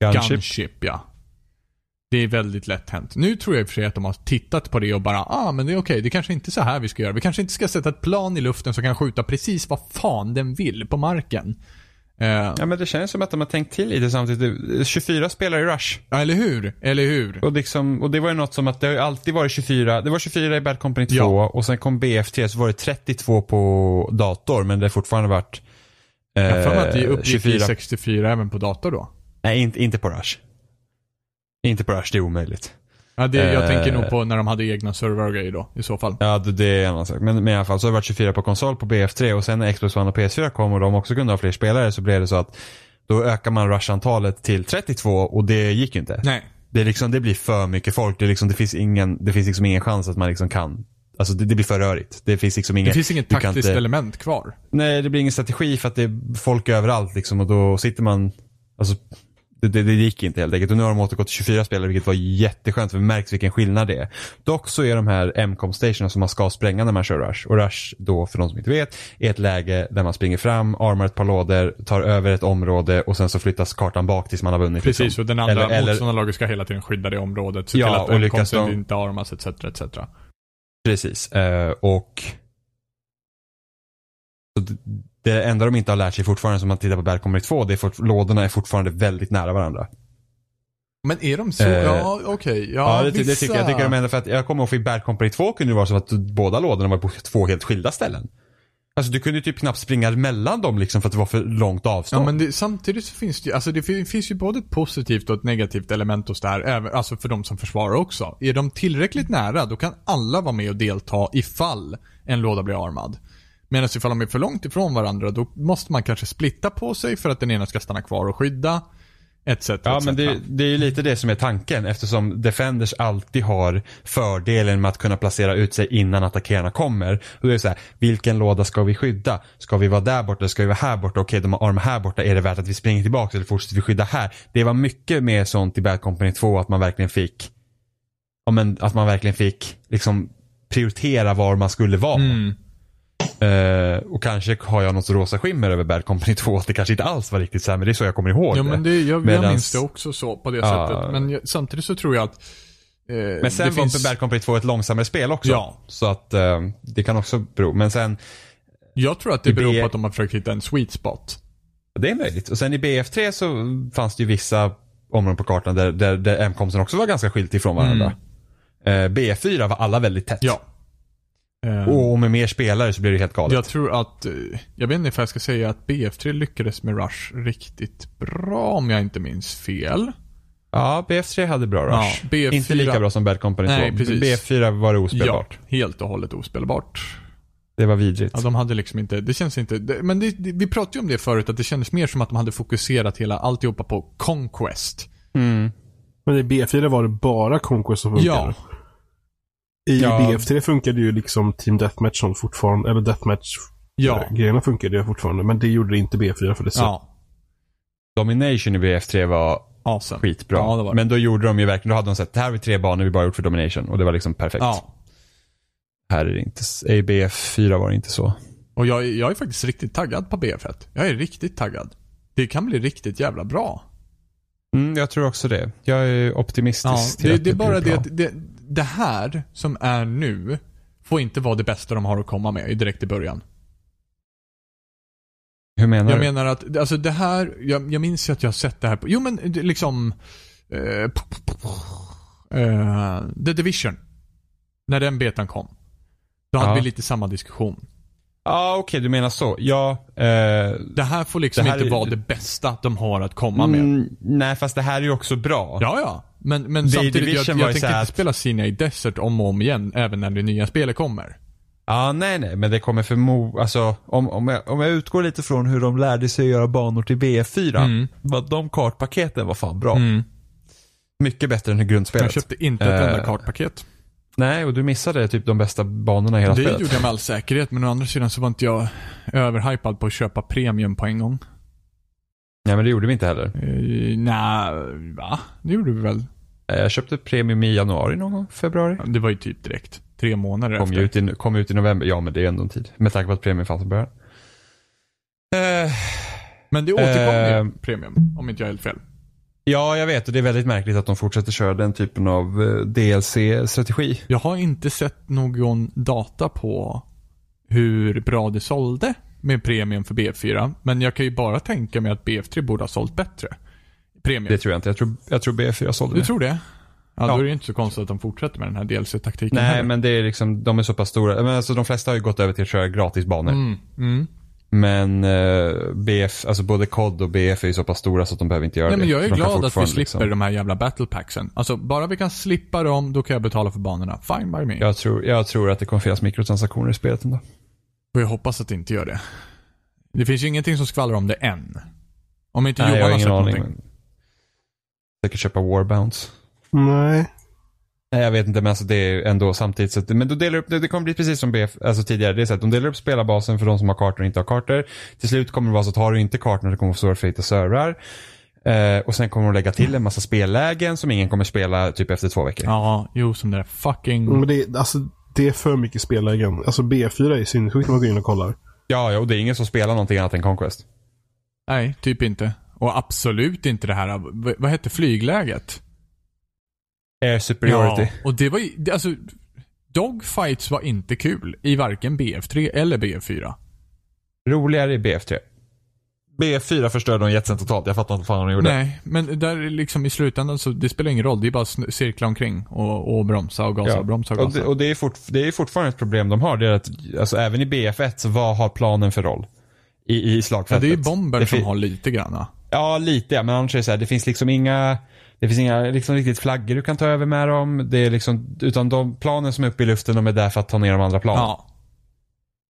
Speaker 4: Gunship.
Speaker 1: Gunship. ja. Det är väldigt lätt hänt. Nu tror jag i och för sig att de har tittat på det och bara, ah men det är okej, det kanske inte är så här vi ska göra. Vi kanske inte ska sätta ett plan i luften som kan skjuta precis vad fan den vill på marken. Eh,
Speaker 4: Ja men det känns som att de har tänkt till lite samtidigt. 24 spelare i Rush.
Speaker 1: Ja, eller hur? Eller hur?
Speaker 4: Och, liksom, och det var ju något som att det har ju alltid varit 24, det var 24 i Bad Company 2
Speaker 1: Ja.
Speaker 4: och sen kom BFT så var det 32 på dator men det har fortfarande varit eh,
Speaker 1: Jag har för mig att vi uppgick i
Speaker 4: 24.
Speaker 1: 64 även på dator då.
Speaker 4: Nej, inte, inte på Rush. Inte på Rush, det är omöjligt.
Speaker 1: Ja, det, jag
Speaker 4: Eh.
Speaker 1: tänker nog på när de hade egna servrar och grejer då, i så fall.
Speaker 4: Ja, det, det är en annan sak. Men, men i alla fall så har det varit 24 på konsol på BF3 och sen när Xbox One och PS4 kom och de också kunde ha fler spelare så blev det så att då ökar man Rush-antalet till 32 och det gick ju inte.
Speaker 1: Nej.
Speaker 4: Det, är liksom, det blir för mycket folk. Det, är liksom, det finns, ingen, det finns liksom ingen chans att man liksom kan. Alltså det, det blir för rörigt. Det finns liksom
Speaker 1: Det
Speaker 4: inget.
Speaker 1: finns inget
Speaker 4: du kan
Speaker 1: taktiskt
Speaker 4: inte-
Speaker 1: element kvar.
Speaker 4: Nej, det blir ingen strategi för att det är folk överallt liksom och då sitter man, alltså det, det, det gick inte helt enkelt. Och nu har de återgått till 24 spelare vilket var jätteskönt för vi märks vilken skillnad det är. Dock så är de här MCOM stationerna som man ska spränga när man kör Rush. Och Rush då, för de som inte vet, är ett läge där man springer fram, armar ett par lådor, tar över ett område och sen så flyttas kartan bak tills man har vunnit.
Speaker 1: Precis,
Speaker 4: liksom.
Speaker 1: och den andra
Speaker 4: Eller- eller-
Speaker 1: motståndarlaget ska hela tiden skydda det området. Se
Speaker 4: Ja,
Speaker 1: till att
Speaker 4: och lyckas
Speaker 1: överkomsten
Speaker 4: de-
Speaker 1: inte armas etc. etc.
Speaker 4: Precis. eh, och så det- det enda de inte har lärt sig fortfarande som man tittar på Bad Company 2, det är fort, lådorna är fortfarande väldigt nära varandra.
Speaker 1: Men är de så?
Speaker 4: Eh.
Speaker 1: ja, okej. Ja,
Speaker 4: Ja, det, ty-
Speaker 1: vissa...
Speaker 4: det tycker jag. Jag tycker de ändå för att jag kommer ihåg för i Bad Company 2 kunde det vara som att båda lådorna var på två helt skilda ställen. Alltså du kunde ju typ knappt springa mellan dem liksom för att det var för långt avstånd.
Speaker 1: Ja, men det, samtidigt så finns det ju, alltså det fin- finns ju både ett positivt och ett negativt element hos det här, även, alltså för de som försvarar också. Är de tillräckligt nära, då kan alla vara med och delta ifall en låda blir armad. Medan ifall de är för långt ifrån varandra, då måste man kanske splitta på sig för att den ena ska stanna kvar och skydda, etc.
Speaker 4: Ja,
Speaker 1: etc.
Speaker 4: men det, det är ju lite det som är tanken eftersom Defenders alltid har fördelen med att kunna placera ut sig innan attackerarna kommer. Och det är så här, vilken låda ska vi skydda? Ska vi vara där borta? Ska vi vara här borta? Okej, de har arm här borta. Är det värt att vi springer tillbaka eller fortsätter vi skydda här? Det var mycket mer sånt i Bad Company 2 att man verkligen fick, ja men att man verkligen fick liksom prioritera var man skulle vara.
Speaker 1: Mm.
Speaker 4: Eh, och kanske har jag något rosa skimmer över Bad Company 2 att det kanske inte alls var riktigt så här, men det är så jag kommer ihåg
Speaker 1: Ja, men det, jag, jag
Speaker 4: Medans-
Speaker 1: minns det också så, på det
Speaker 4: Ja.
Speaker 1: sättet. Men jag, samtidigt så tror jag att eh,
Speaker 4: Men sen
Speaker 1: det
Speaker 4: var finns... Bad Company 2 ett långsammare spel också.
Speaker 1: Ja.
Speaker 4: Så att eh, det kan också bero. Men sen,
Speaker 1: Jag tror att det beror
Speaker 4: det-
Speaker 1: på att de har försökt hitta en sweet spot.
Speaker 4: det är möjligt. Och sen i BF3 så fanns det ju vissa områden på kartan där, där, där M-komsten också var ganska skilt ifrån varandra. Eh, BF4 var alla väldigt tätt.
Speaker 1: Mm. Ja. Eh,
Speaker 4: Och, och med mer spelare så blir det helt galet.
Speaker 1: Jag tror att, eh, jag vet inte ifall jag ska säga att BF3 lyckades med Rush riktigt bra om jag inte minns fel.
Speaker 4: Ja, BF3 hade bra rush.
Speaker 1: Ja, BF4
Speaker 4: Inte lika bra som Bad Company 2.
Speaker 1: Nej, precis.
Speaker 4: BF4 var det ospelbart.
Speaker 1: helt och hållet ospelbart.
Speaker 4: Det var vidrigt.
Speaker 1: Ja, de hade liksom inte, det känns inte, det, men det, det, vi pratade ju om det förut att det kändes mer som att de hade fokuserat hela alltihopa på Conquest.
Speaker 4: Mm.
Speaker 3: Men i B4 var det bara Conquest som funkade.
Speaker 1: Ja,
Speaker 3: I
Speaker 4: Ja.
Speaker 3: BF3 funkade ju liksom Team Deathmatch som fortfarande, eller Deathmatch-grejerna
Speaker 1: ja,
Speaker 3: funkade ju fortfarande. Men det gjorde inte B4 för det så.
Speaker 1: ja.
Speaker 4: Domination i BF3 var
Speaker 1: Awesome.
Speaker 4: skitbra.
Speaker 1: Ja, det var det.
Speaker 4: Men då gjorde de ju verkligen, då hade de sagt det här har vi tre banor vi bara gjort för Domination. Och det var liksom perfekt.
Speaker 1: Ja.
Speaker 4: Här är det inte, i BF4 var det inte så.
Speaker 1: Och jag, är- jag är faktiskt riktigt taggad på BF1. Jag är riktigt taggad. Det kan bli riktigt jävla bra.
Speaker 4: Mm, jag tror också det. Jag är optimistisk.
Speaker 1: Ja,
Speaker 4: till
Speaker 1: det,
Speaker 4: att
Speaker 1: det är bara
Speaker 4: blir
Speaker 1: det
Speaker 4: bra.
Speaker 1: att det, det här som är nu får inte vara det bästa de har att komma med direkt i början.
Speaker 4: Hur menar
Speaker 1: Jag
Speaker 4: du?
Speaker 1: menar att, alltså det här, jag, jag minns ju att jag har sett det här på, jo men det- liksom, eh, p- p- p- eh, The Division. När den betan kom. Då
Speaker 4: Ja.
Speaker 1: hade vi lite samma diskussion.
Speaker 4: Ja, okej, du menar så. Ja, eh,
Speaker 1: Det här får liksom
Speaker 4: Det här
Speaker 1: inte
Speaker 4: är-
Speaker 1: vara det bästa de har att komma med.
Speaker 4: mm, nej, fast det här är ju också bra.
Speaker 1: Ja, ja. Men, men
Speaker 4: The
Speaker 1: samtidigt, jag,
Speaker 4: Division var
Speaker 1: jag
Speaker 4: ju så
Speaker 1: tänker
Speaker 4: här
Speaker 1: inte
Speaker 4: att-
Speaker 1: spela Sinai Desert om och om igen, även när det nya spelet kommer.
Speaker 4: Ja, nej, nej, men det kommer förmo... Alltså, om, om, jag, om jag utgår lite från hur de lärde sig att göra banor till BF4.
Speaker 1: Mm.
Speaker 4: Vad de kartpaketen var fan bra.
Speaker 1: Mm.
Speaker 4: Mycket bättre än grundspelet.
Speaker 1: Jag köpte inte ett
Speaker 4: Eh,
Speaker 1: enda kartpaket.
Speaker 4: Nej, och du missade typ de bästa banorna i hela
Speaker 1: Det
Speaker 4: spelet.
Speaker 1: gjorde jag med all säkerhet, men å andra sidan så var inte jag överhypad på att köpa premium på en gång.
Speaker 4: Nej, men det gjorde vi inte heller.
Speaker 1: Eh, Nej, va? Det gjorde vi väl?
Speaker 4: Eh, Jag köpte premium i januari någon gång, februari.
Speaker 1: Det var ju typ direkt. Tre månader
Speaker 4: Kom ju
Speaker 1: efter.
Speaker 4: ut, i, kom ut i november. Ja, men det är ändå en tid. Med tanke på att premium fanns i början. Eh,
Speaker 1: Men det återkom ju
Speaker 4: Eh,
Speaker 1: premium, om inte jag är helt fel.
Speaker 4: ja, jag vet. Och det är väldigt märkligt att de fortsätter köra den typen av eh, DLC-strategi.
Speaker 1: Jag har inte sett någon data på hur bra det sålde med premium för BF4. Men jag kan ju bara tänka mig att BF3 borde ha sålt bättre. Premium.
Speaker 4: Det tror jag inte. Jag tror, jag tror B4 sålde
Speaker 1: Du
Speaker 4: det.
Speaker 1: tror det? Ja, då
Speaker 4: Ja.
Speaker 1: är det ju inte så konstigt att de fortsätter med den här DLC-taktiken
Speaker 4: Nej,
Speaker 1: heller.
Speaker 4: men det är liksom, de är så pass stora. Men alltså, de flesta har ju gått över till att köra gratisbanor.
Speaker 1: Mm, mm.
Speaker 4: Men eh, BF, alltså både COD och BF är ju så pass stora så att de behöver inte göra
Speaker 1: Nej,
Speaker 4: det.
Speaker 1: men jag är
Speaker 4: De kan
Speaker 1: glad att vi
Speaker 4: fortfarande liksom.
Speaker 1: slipper de här jävla battlepacksen. Alltså, bara vi kan slippa dem, då kan jag betala för banorna. Fine by me.
Speaker 4: Jag tror, jag tror att det kommer finnas mikrotransaktioner i spelet ändå.
Speaker 1: Och jag hoppas att det inte gör det. Det finns ju ingenting som skvallrar om det än. Om inte
Speaker 4: Nej, jag
Speaker 1: Johan
Speaker 4: har
Speaker 1: har sett
Speaker 4: ingen aning.
Speaker 1: någonting.
Speaker 4: Men... Säkert köpa Warbounds.
Speaker 3: Nej.
Speaker 4: Nej, jag vet inte, men alltså det är ändå samtidigt. Så att, men då delar upp, det, det kommer bli precis som BF, alltså tidigare. Det är så att de delar upp spelarbasen för de som har kartor och inte har kartor. Till slut kommer det vara så att har du inte kartorna så kommer du få stora fritta servrar. Eh, och sen kommer de lägga till en massa spellägen som ingen kommer spela typ efter två veckor.
Speaker 1: Ja, jo, som det där fucking...
Speaker 3: Men det, alltså, det är för mycket spellägen. Alltså B4 är sinnessjukt när man går in och kollar.
Speaker 4: Ja, ja, och det är ingen som spelar någonting annat än Conquest.
Speaker 1: Nej, typ inte. Och absolut inte det här, v- vad hette flygläget?
Speaker 4: Air Eh, superiority.
Speaker 1: Ja, och det var ju, det- alltså, dogfights var inte kul i varken BF3 eller BF4.
Speaker 4: Roligare i BF3. BF4 förstörde de jetsen totalt. Jag fattar inte vad fan de gjorde.
Speaker 1: Nej, men där liksom i slutändan så, det spelar ingen roll. Det är bara sn- cirkla omkring och, och bromsa och gasa och bromsa och
Speaker 4: Och, det,
Speaker 1: gasa.
Speaker 4: och det, är fort, det är fortfarande ett problem de har. Det är att, alltså, även i BF1, så vad har planen för roll? I, i
Speaker 1: Ja,
Speaker 4: slagfältet.
Speaker 1: det är ju bomber
Speaker 4: Det
Speaker 1: som
Speaker 4: fin-
Speaker 1: har lite granna.
Speaker 4: Ja, lite ja. Men annars är det så här, det finns liksom inga, det finns inga liksom, riktigt flaggor du kan ta över med dem. Det är liksom, utan de planen som är uppe i luften, de är där för att ta ner de andra planen.
Speaker 1: Ja.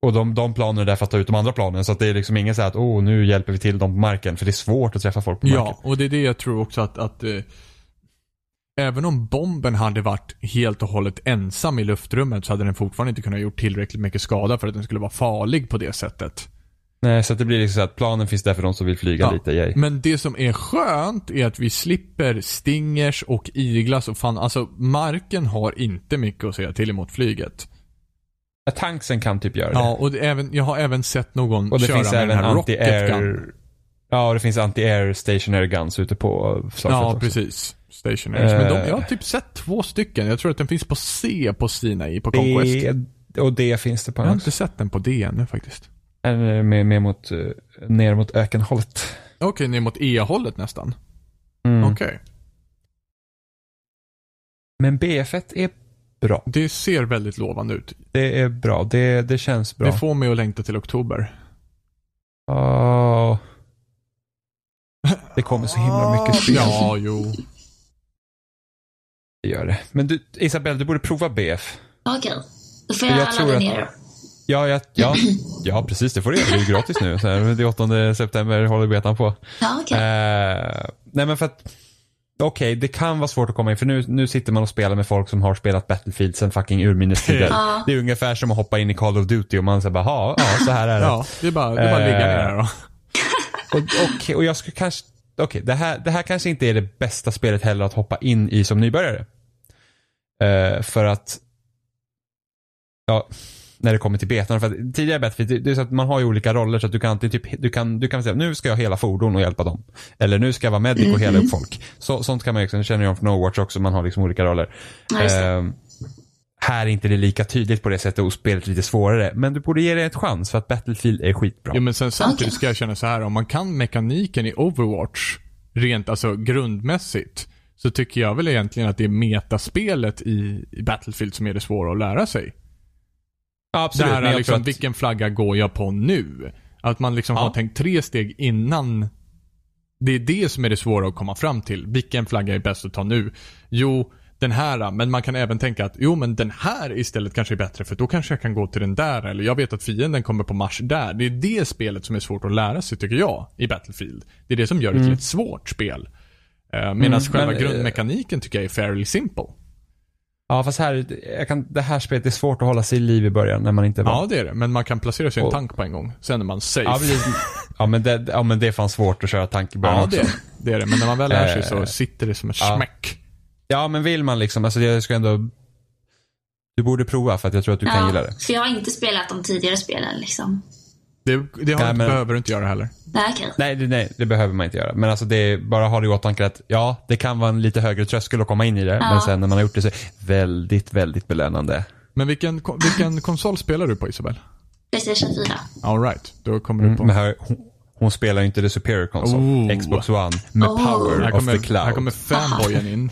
Speaker 4: Och de, de planen är där för att ta ut de andra planen. Så att det är liksom ingen så här att, oh, nu hjälper vi till dem på marken. För det är svårt att träffa folk på marken.
Speaker 1: Ja, och det är det jag tror också att, att eh, även om bomben hade varit helt och hållet ensam i luftrummet så hade den fortfarande inte kunnat gjort tillräckligt mycket skada för att den skulle vara farlig på det sättet.
Speaker 4: Nej, så att det blir liksom så här att planen finns där för de som vill flyga
Speaker 1: Ja. Mm.
Speaker 4: lite. Yay.
Speaker 1: Men det som är skönt är att vi slipper stingers och iglas och fan, alltså marken har inte mycket att säga till emot flyget.
Speaker 4: Ja, tanksen kan typ göra det.
Speaker 1: Ja, och det, även, jag har även sett någon
Speaker 4: Och det
Speaker 1: köra
Speaker 4: finns
Speaker 1: med den
Speaker 4: även
Speaker 1: här rocket gun.
Speaker 4: anti-air... Ja, och det finns anti-air stationary guns ute på slagfältet
Speaker 1: Ja,
Speaker 4: också.
Speaker 1: precis. Stationaries. Men de,
Speaker 4: Eh.
Speaker 1: jag har typ sett två stycken. Jag tror att den finns på C på Sina i på Conquest.
Speaker 4: Det, och det finns det på
Speaker 1: Jag har
Speaker 4: annars.
Speaker 1: inte sett den på D ännu faktiskt.
Speaker 4: Eller mer, mer mot, eh, ner mot ökenhållet.
Speaker 1: Okej, ner mot E-hållet nästan.
Speaker 4: Mm.
Speaker 1: Okej.
Speaker 4: Men BF1 är bra.
Speaker 1: Det ser väldigt lovande ut.
Speaker 4: Det är bra. Det, det känns bra.
Speaker 1: Det får mig att längta till oktober.
Speaker 4: Åh. Det kommer så himla mycket spel.
Speaker 1: Ah, Ja, jo.
Speaker 4: Det gör det. Men du, Isabel, du borde prova BF.
Speaker 2: Okej. Då får jag,
Speaker 4: Jag tror
Speaker 2: ladda
Speaker 4: att-
Speaker 2: ner det då.
Speaker 4: Ja, ja, ja, ja precis. Det får du göra. Det är ju gratis nu. Så här, det är 8 september håller betan på.
Speaker 2: Ja, okej.
Speaker 4: Eh, nej men för att, okej det kan vara svårt att komma in för nu, nu sitter man och spelar med folk som har spelat Battlefield sen fucking urminnes tider.
Speaker 2: Ja.
Speaker 4: Det är ungefär som att hoppa in i Call of Duty och man säger bara, "Ha, ja så här är det.
Speaker 1: Ja, det är bara, det är bara att ligga ner här då.
Speaker 4: Och, och, och jag skulle kanske, okej det, här, det här kanske inte är det bästa spelet heller att hoppa in i som nybörjare. Eh, för att, ja, när det kommer till betan. För att tidigare Battlefield, det, det är så att man har ju olika roller så att du kan antingen typ, du kan, du kan säga nu ska jag hela fordon och hjälpa dem. Eller nu ska jag vara medic och hela upp folk. Så, sånt kan man ju, sen känner jag om från Overwatch också, man har liksom olika roller.
Speaker 2: Ja, just det.
Speaker 4: Ehm, här är inte det lika tydligt på det sättet och spelet lite svårare. Men du borde ge det en chans för att Battlefield är skitbra.
Speaker 1: Jo, men sen samtidigt ska jag känna så här. Om man kan mekaniken i Overwatch, rent alltså grundmässigt, så tycker jag väl egentligen att det är metaspelet i, i Battlefield som är det svåra att lära sig.
Speaker 4: Ja,
Speaker 1: Absolut,
Speaker 4: men jag
Speaker 1: Där är
Speaker 4: tror
Speaker 1: liksom,
Speaker 4: att-
Speaker 1: vilken flagga går jag på nu? Att man liksom
Speaker 4: Ja.
Speaker 1: har tänkt tre steg innan. Det är det som är det svåra att komma fram till. Vilken flagga är bäst att ta nu? Jo, den här, men man kan även tänka att jo, men den här istället kanske är bättre för då kanske jag kan gå till den där eller jag vet att fienden kommer på marsch där. Det är det spelet som är svårt att lära sig tycker jag i Battlefield. Det är det som gör det till ett svårt spel. Uh, Medan
Speaker 4: Mm,
Speaker 1: själva
Speaker 4: men, eh,
Speaker 1: grundmekaniken tycker jag är fairly simple.
Speaker 4: Ja, fast här, jag kan, det här spelet är svårt att hålla sig i liv i början när man inte är van.
Speaker 1: Ja, det är det. Men man kan placera sig i en
Speaker 4: Och-
Speaker 1: tank på en gång. Sen är man safe.
Speaker 4: Ja, precis. ja, men det, ja, men det är fan svårt att köra tank i början
Speaker 1: Ja,
Speaker 4: också.
Speaker 1: det, det är det. Men när man väl lär sig
Speaker 4: Eh.
Speaker 1: så sitter det som ett
Speaker 4: Ja.
Speaker 1: smäck.
Speaker 4: Ja, men vill man liksom, alltså jag ska ändå... Du borde prova för att jag tror att du kan gilla det.
Speaker 2: För jag har inte spelat de tidigare spelen liksom.
Speaker 1: Det, det har
Speaker 4: Nej,
Speaker 1: inte,
Speaker 4: men-
Speaker 1: behöver du inte göra heller.
Speaker 2: Nej, okej.
Speaker 4: Nej, det, nej, det behöver man inte göra. Men alltså det är bara ha det i åtanke att ja, det kan vara en lite högre tröskel att komma in i det. Men sen när man har gjort det så är det väldigt, väldigt belönande.
Speaker 1: Men vilken, ko- vilken konsol spelar du på Isabel?
Speaker 2: Playstation 4.
Speaker 1: All right, då kommer du på...
Speaker 4: Mm, Men här, hon, hon spelar ju inte The Superior Console,
Speaker 1: Oh.
Speaker 4: Xbox One, med
Speaker 2: Oh.
Speaker 4: power
Speaker 1: Här
Speaker 4: of the
Speaker 1: kommer,
Speaker 4: cloud.
Speaker 1: här kommer fanboyen in.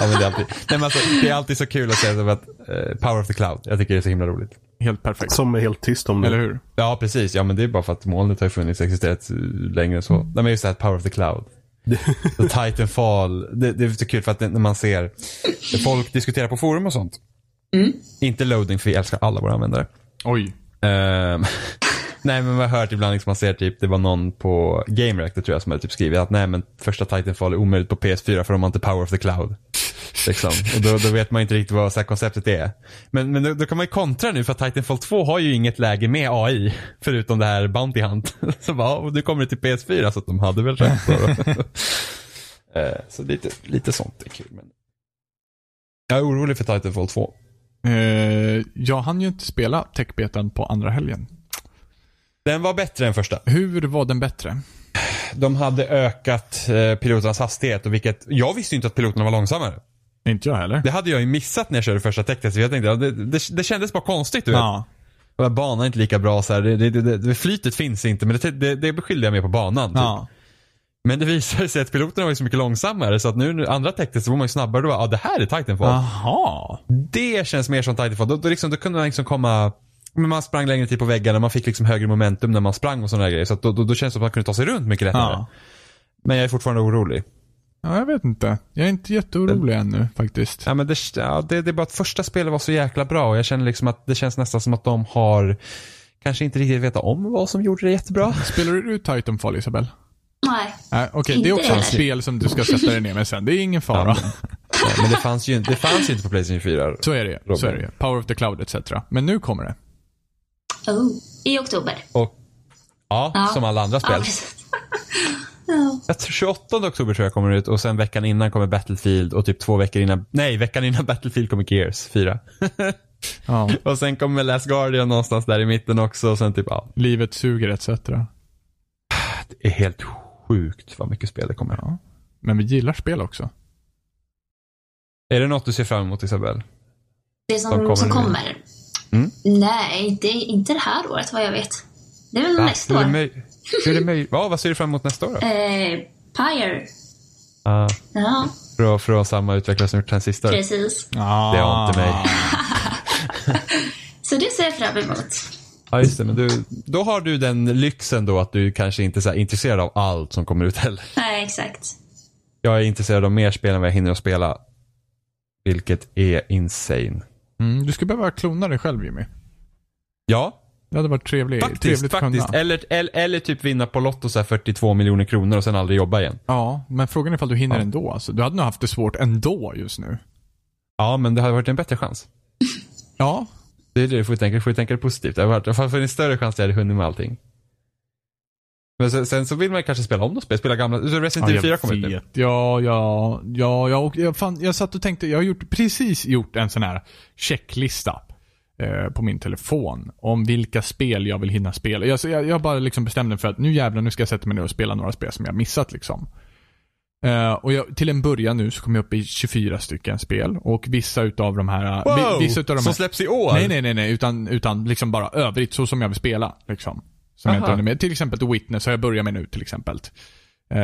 Speaker 4: ja, men det, är alltid, nej, men alltså, det är alltid så kul att säga så att, eh, power of the cloud. Jag tycker det är så himla roligt.
Speaker 1: Helt perfekt.
Speaker 3: Som är helt tyst om det.
Speaker 1: Eller hur?
Speaker 4: Ja, precis. Ja, men det är bara för att molnet har ju funnits och existerat eh, längre än så. Nej, men just det här Power of the Cloud. The Titanfall. Det, det är så kul för att det, när man ser folk diskutera på forum och sånt. Inte loading, för vi älskar alla våra användare.
Speaker 1: Oj.
Speaker 4: Ehm, nej, men man har hört ibland, liksom, man ser typ, det var någon på GameRack, det tror jag, som hade typ skrivit att nej, men första Titanfall är omöjligt på PS4 för de har inte Power of the Cloud. Liksom. Och då, då vet man inte riktigt vad så här konceptet är. Men, men då, då kan man ju kontra nu för att Titanfall 2 har ju inget läge med AI. Förutom det här Bounty Hunt. Så bara, och nu kommer det till PS4 så att de hade väl rätt. då. Eh, så lite, lite sånt är kul. Men... Jag är orolig för Titanfall 2.
Speaker 1: Eh, jag hann ju inte spela techbeten på andra helgen.
Speaker 4: Den var bättre än första.
Speaker 1: Hur var den bättre?
Speaker 4: De hade ökat eh, piloternas hastighet och vilket, jag visste ju inte att piloterna var långsammare.
Speaker 1: Inte jag heller.
Speaker 4: Det hade jag ju missat när jag körde första täcktet. Jag tänkte, ja, det, det, det kändes bara konstigt du vet.
Speaker 1: Ja.
Speaker 4: Och jag banan är inte lika bra så här. Det, det, det, det, flytet finns inte men det, det, det beskyllde jag mer på banan. Typ.
Speaker 1: ja.
Speaker 4: Men det visade sig att piloterna var ju så mycket långsammare så att nu, nu andra täcktet så var man ju snabbare. Då bara, ja det här är Titanfall.
Speaker 1: Aha.
Speaker 4: Det känns mer som Titanfall. Då, då, liksom, då kunde man liksom komma men man sprang längre tid på väggarna, man fick liksom högre momentum när man sprang och sådana grejer. Så att då, då, då känns det som att man kunde ta sig runt mycket lättare.
Speaker 1: Ja.
Speaker 4: Men jag är fortfarande orolig.
Speaker 1: ja. Jag vet inte. Jag är inte jätteorolig ännu faktiskt.
Speaker 4: Ja, men det, ja, det, det är bara att första spelet var så jäkla bra och jag känner liksom att det känns nästan som att de har kanske inte riktigt veta om vad som gjorde det jättebra.
Speaker 1: Spelar du ut Titanfall, Isabel?
Speaker 2: Nej.
Speaker 1: Nej, okej. Det är
Speaker 2: Inte
Speaker 1: också ett
Speaker 2: heller.
Speaker 1: spel som du ska sätta dig ner med sen. Det är ingen fara.
Speaker 4: Ja, men det fanns ju inte- det fanns ju inte på Playstation 4.
Speaker 1: Så är det ju. Så är det ju. Power of the Cloud etc. Men nu kommer det.
Speaker 2: Oh. I oktober.
Speaker 4: Och, ja,
Speaker 2: Ja.
Speaker 4: som alla andra
Speaker 2: Ja,
Speaker 4: spel.
Speaker 2: precis.
Speaker 4: Jag tror 28 oktober tror jag kommer det ut och sen veckan innan kommer Battlefield och typ två veckor innan, nej veckan innan Battlefield kommer Gears 4.
Speaker 1: Ja.
Speaker 4: Och sen kommer Last Guardian någonstans där i mitten också och sen typ, ja.
Speaker 1: Livet suger etc.
Speaker 4: Det är helt sjukt vad mycket spel det kommer.
Speaker 1: Ja. Men vi gillar spel också.
Speaker 4: Är det något du ser fram emot Isabel?
Speaker 2: Det
Speaker 4: Vad kommer
Speaker 2: som, som
Speaker 4: nu?
Speaker 2: kommer.
Speaker 4: Mm.
Speaker 2: Nej, inte, inte det här året vad jag vet. Det är väl nästa
Speaker 4: hur
Speaker 2: år.
Speaker 4: är Ah, det möj- hur är det möj- ja, vad ser du fram emot nästa år då?
Speaker 2: Eh, Pyre.
Speaker 4: Ah,
Speaker 2: Ja,
Speaker 4: från, från samma utvecklare som gjort Transistor.
Speaker 2: precis.
Speaker 1: Ah.
Speaker 4: Det har inte mig.
Speaker 2: Så det ser jag fram emot.
Speaker 4: Ja, just det. Men du, då har du den lyxen då att du kanske inte är så här intresserad av allt som kommer ut heller.
Speaker 2: Nej, exakt.
Speaker 4: Jag är intresserad av mer spel än vad jag hinner att spela. Vilket är insane.
Speaker 1: Mm, du skulle behöva klona dig själv Jimmy.
Speaker 4: Ja,
Speaker 1: Det hade varit trevligt.
Speaker 4: faktiskt.
Speaker 1: trevligt att kunna.
Speaker 4: faktiskt. Eller, eller, eller typ vinna på Lotto så här 42 miljoner kronor och sen aldrig jobba igen.
Speaker 1: Ja, men frågan är ifall du hinner
Speaker 4: Ja.
Speaker 1: ändå. Alltså, du hade nog haft det svårt ändå just nu.
Speaker 4: Ja, men det hade varit en bättre chans.
Speaker 1: Ja,
Speaker 4: Det är det du får tänka, du får tänka det positivt. Det hade varit, i alla fall funnits större chans att jag hade hunnit med allting. Men sen, sen så vill man ju kanske spela om de spel, spela gamla. Så Resident Evil 4 kommer ut nu.
Speaker 1: Ja, ja, ja, ja och jag, fan, jag satt och tänkte, jag har gjort, precis gjort en sån här checklista eh, på min telefon om vilka spel jag vill hinna spela. Jag, så jag, jag bara liksom bestämde mig för att nu jävlar, nu ska jag sätta mig ner och spela några spel som jag missat liksom. Eh, och jag, till en början nu så kom jag upp i 24 stycken spel och vissa utav de här... eh, vi- vissa utav de
Speaker 4: som
Speaker 1: här
Speaker 4: släpps i år?
Speaker 1: Nej, nej, nej, nej. Utan, utan liksom bara övrigt, så som jag vill spela. Liksom. Som jag inte
Speaker 4: Aha.
Speaker 1: hunnit med. Till exempel The Witness har jag börjat med nu till exempel. Eh,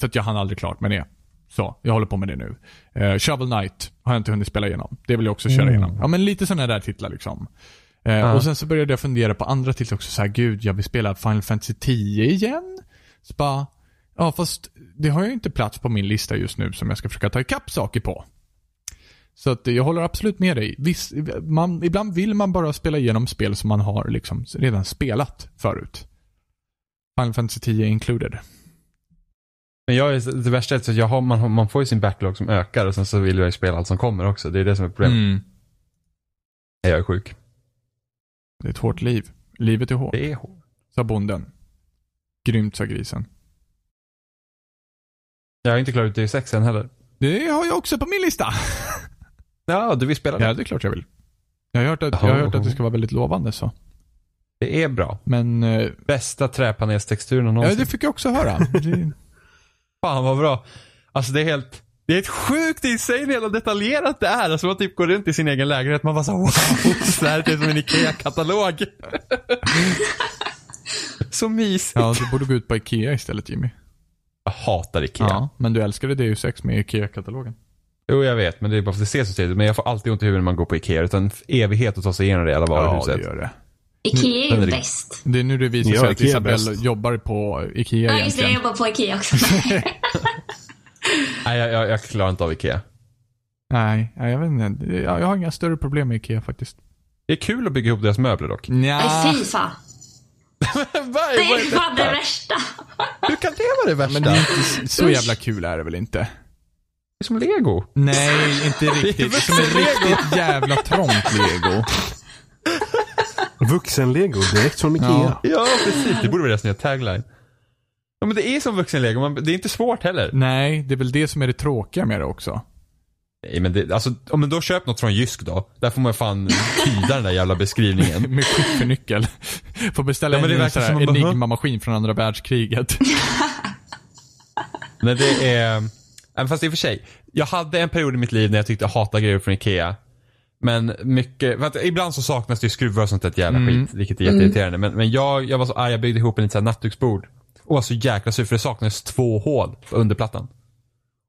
Speaker 1: för att jag hann aldrig klart med det. Så, jag håller på med det nu. Eh, Shovel Knight har jag inte hunnit spela igenom. Det vill jag också köra igenom. Ja, men lite sådana där titlar liksom. Eh, Och sen så började jag fundera på andra titlar också. Så här, gud, jag vill spela Final Fantasy 10 igen. Så bara, ja fast det har jag ju inte plats på min lista just nu som jag ska försöka ta ikapp saker på. Så att eh, jag håller absolut med dig. Viss, man, ibland vill man bara spela igenom spel som man har liksom redan spelat förut. Final Fantasy 10 included.
Speaker 4: Men jag är, det värsta är att jag har, man, har- man får ju sin backlog som ökar och sen så vill jag ju spela allt som kommer också. Det är det som är problemet.
Speaker 1: Mm.
Speaker 4: Nej, Jag är sjuk.
Speaker 1: Det är ett hårt liv. Livet är hårt,
Speaker 4: Det är hårt.
Speaker 1: sa bonden. Grymt, sa grisen.
Speaker 4: Jag har inte klarat ut det i sexen heller.
Speaker 1: Det har jag också på min lista.
Speaker 4: Ja, du vill spela det?
Speaker 1: Ja, det är klart jag vill. Jag har hört att, jag har hört att det ska vara väldigt lovande så.
Speaker 4: Det är bra.
Speaker 1: Men, eh,
Speaker 4: Bästa träpanelstexturen
Speaker 1: ja,
Speaker 4: någonsin.
Speaker 1: det fick jag också höra. Det-
Speaker 4: Fan vad bra. Alltså det är helt, det är ett sjukt insane hela detaljerat det är. Alltså man typ går runt i sin egen lägenhet man bara så här, wow. Så här, det är som en IKEA-katalog. Så mysigt.
Speaker 1: Ja, du borde gå ut på Ikea istället Jimmy.
Speaker 4: Jag hatar IKEA.
Speaker 1: Ja, men du älskade DU6 med Ikea-katalogen.
Speaker 4: Jo jag vet men det är bara för att det ser så trevligt ut. Men jag får alltid ont i huvudet när man går på IKEA. Utan en evighet att ta sig igenom det jävla varuhuset.
Speaker 1: det gör det.
Speaker 2: Ikea är
Speaker 4: Henrik.
Speaker 2: ju bäst.
Speaker 1: Det är nu det visar
Speaker 3: Ja,
Speaker 1: sig att
Speaker 3: Ikea är
Speaker 1: Isabelle
Speaker 3: bäst.
Speaker 1: jobbar på Ikea
Speaker 2: Ja, just det. Jag
Speaker 1: egentligen.
Speaker 2: jobbar på Ikea också.
Speaker 4: Nej jag, jag, jag klarar inte av IKEA.
Speaker 1: Nej, nej, jag vet inte. Jag jag har inga större problem med Ikea faktiskt.
Speaker 4: Det är kul att bygga ihop deras möbler dock.
Speaker 1: Nja.
Speaker 2: Nej, fy fan.
Speaker 4: Vad-
Speaker 2: Det
Speaker 4: vad
Speaker 2: är
Speaker 4: är det?
Speaker 2: fan Ah. det värsta.
Speaker 4: Hur kan det vara det värsta?
Speaker 1: Men det är inte s- så
Speaker 2: Usch.
Speaker 1: jävla kul är det väl inte?
Speaker 4: är som lego.
Speaker 1: Nej, inte riktigt. Det är som en riktigt jävla trångt lego.
Speaker 3: Vuxenlego direkt från Ikea.
Speaker 1: Ja.
Speaker 4: Ja, precis. Det borde vara deras nya tagline. Ja, men det är som vuxenlego. Man, det är inte svårt heller.
Speaker 1: Nej, det är väl det som är det tråkiga med det också.
Speaker 4: Nej, men det, alltså, om man då köp något från Jysk då. Där får man fan tyda den där jävla beskrivningen.
Speaker 1: Med skiffernyckel. Får beställa
Speaker 4: Ja, men det
Speaker 1: en ny
Speaker 4: verkar
Speaker 1: sån här
Speaker 4: som man bara, "Huh?"
Speaker 1: enigma-maskin från andra världskriget.
Speaker 4: Nej, det är... Även fast i och för sig. Jag hade en period i mitt liv när jag tyckte jag hatade grejer från Ikea. Men mycket, för att ibland så saknas det ju skruvar och sånt där jävla
Speaker 1: Mm.
Speaker 4: skit, vilket är jätteirriterande. Men, men jag, jag var så arg, jag byggde ihop en liten så här nattduksbord. Och var så jäkla sur för det saknades två hål på underplattan.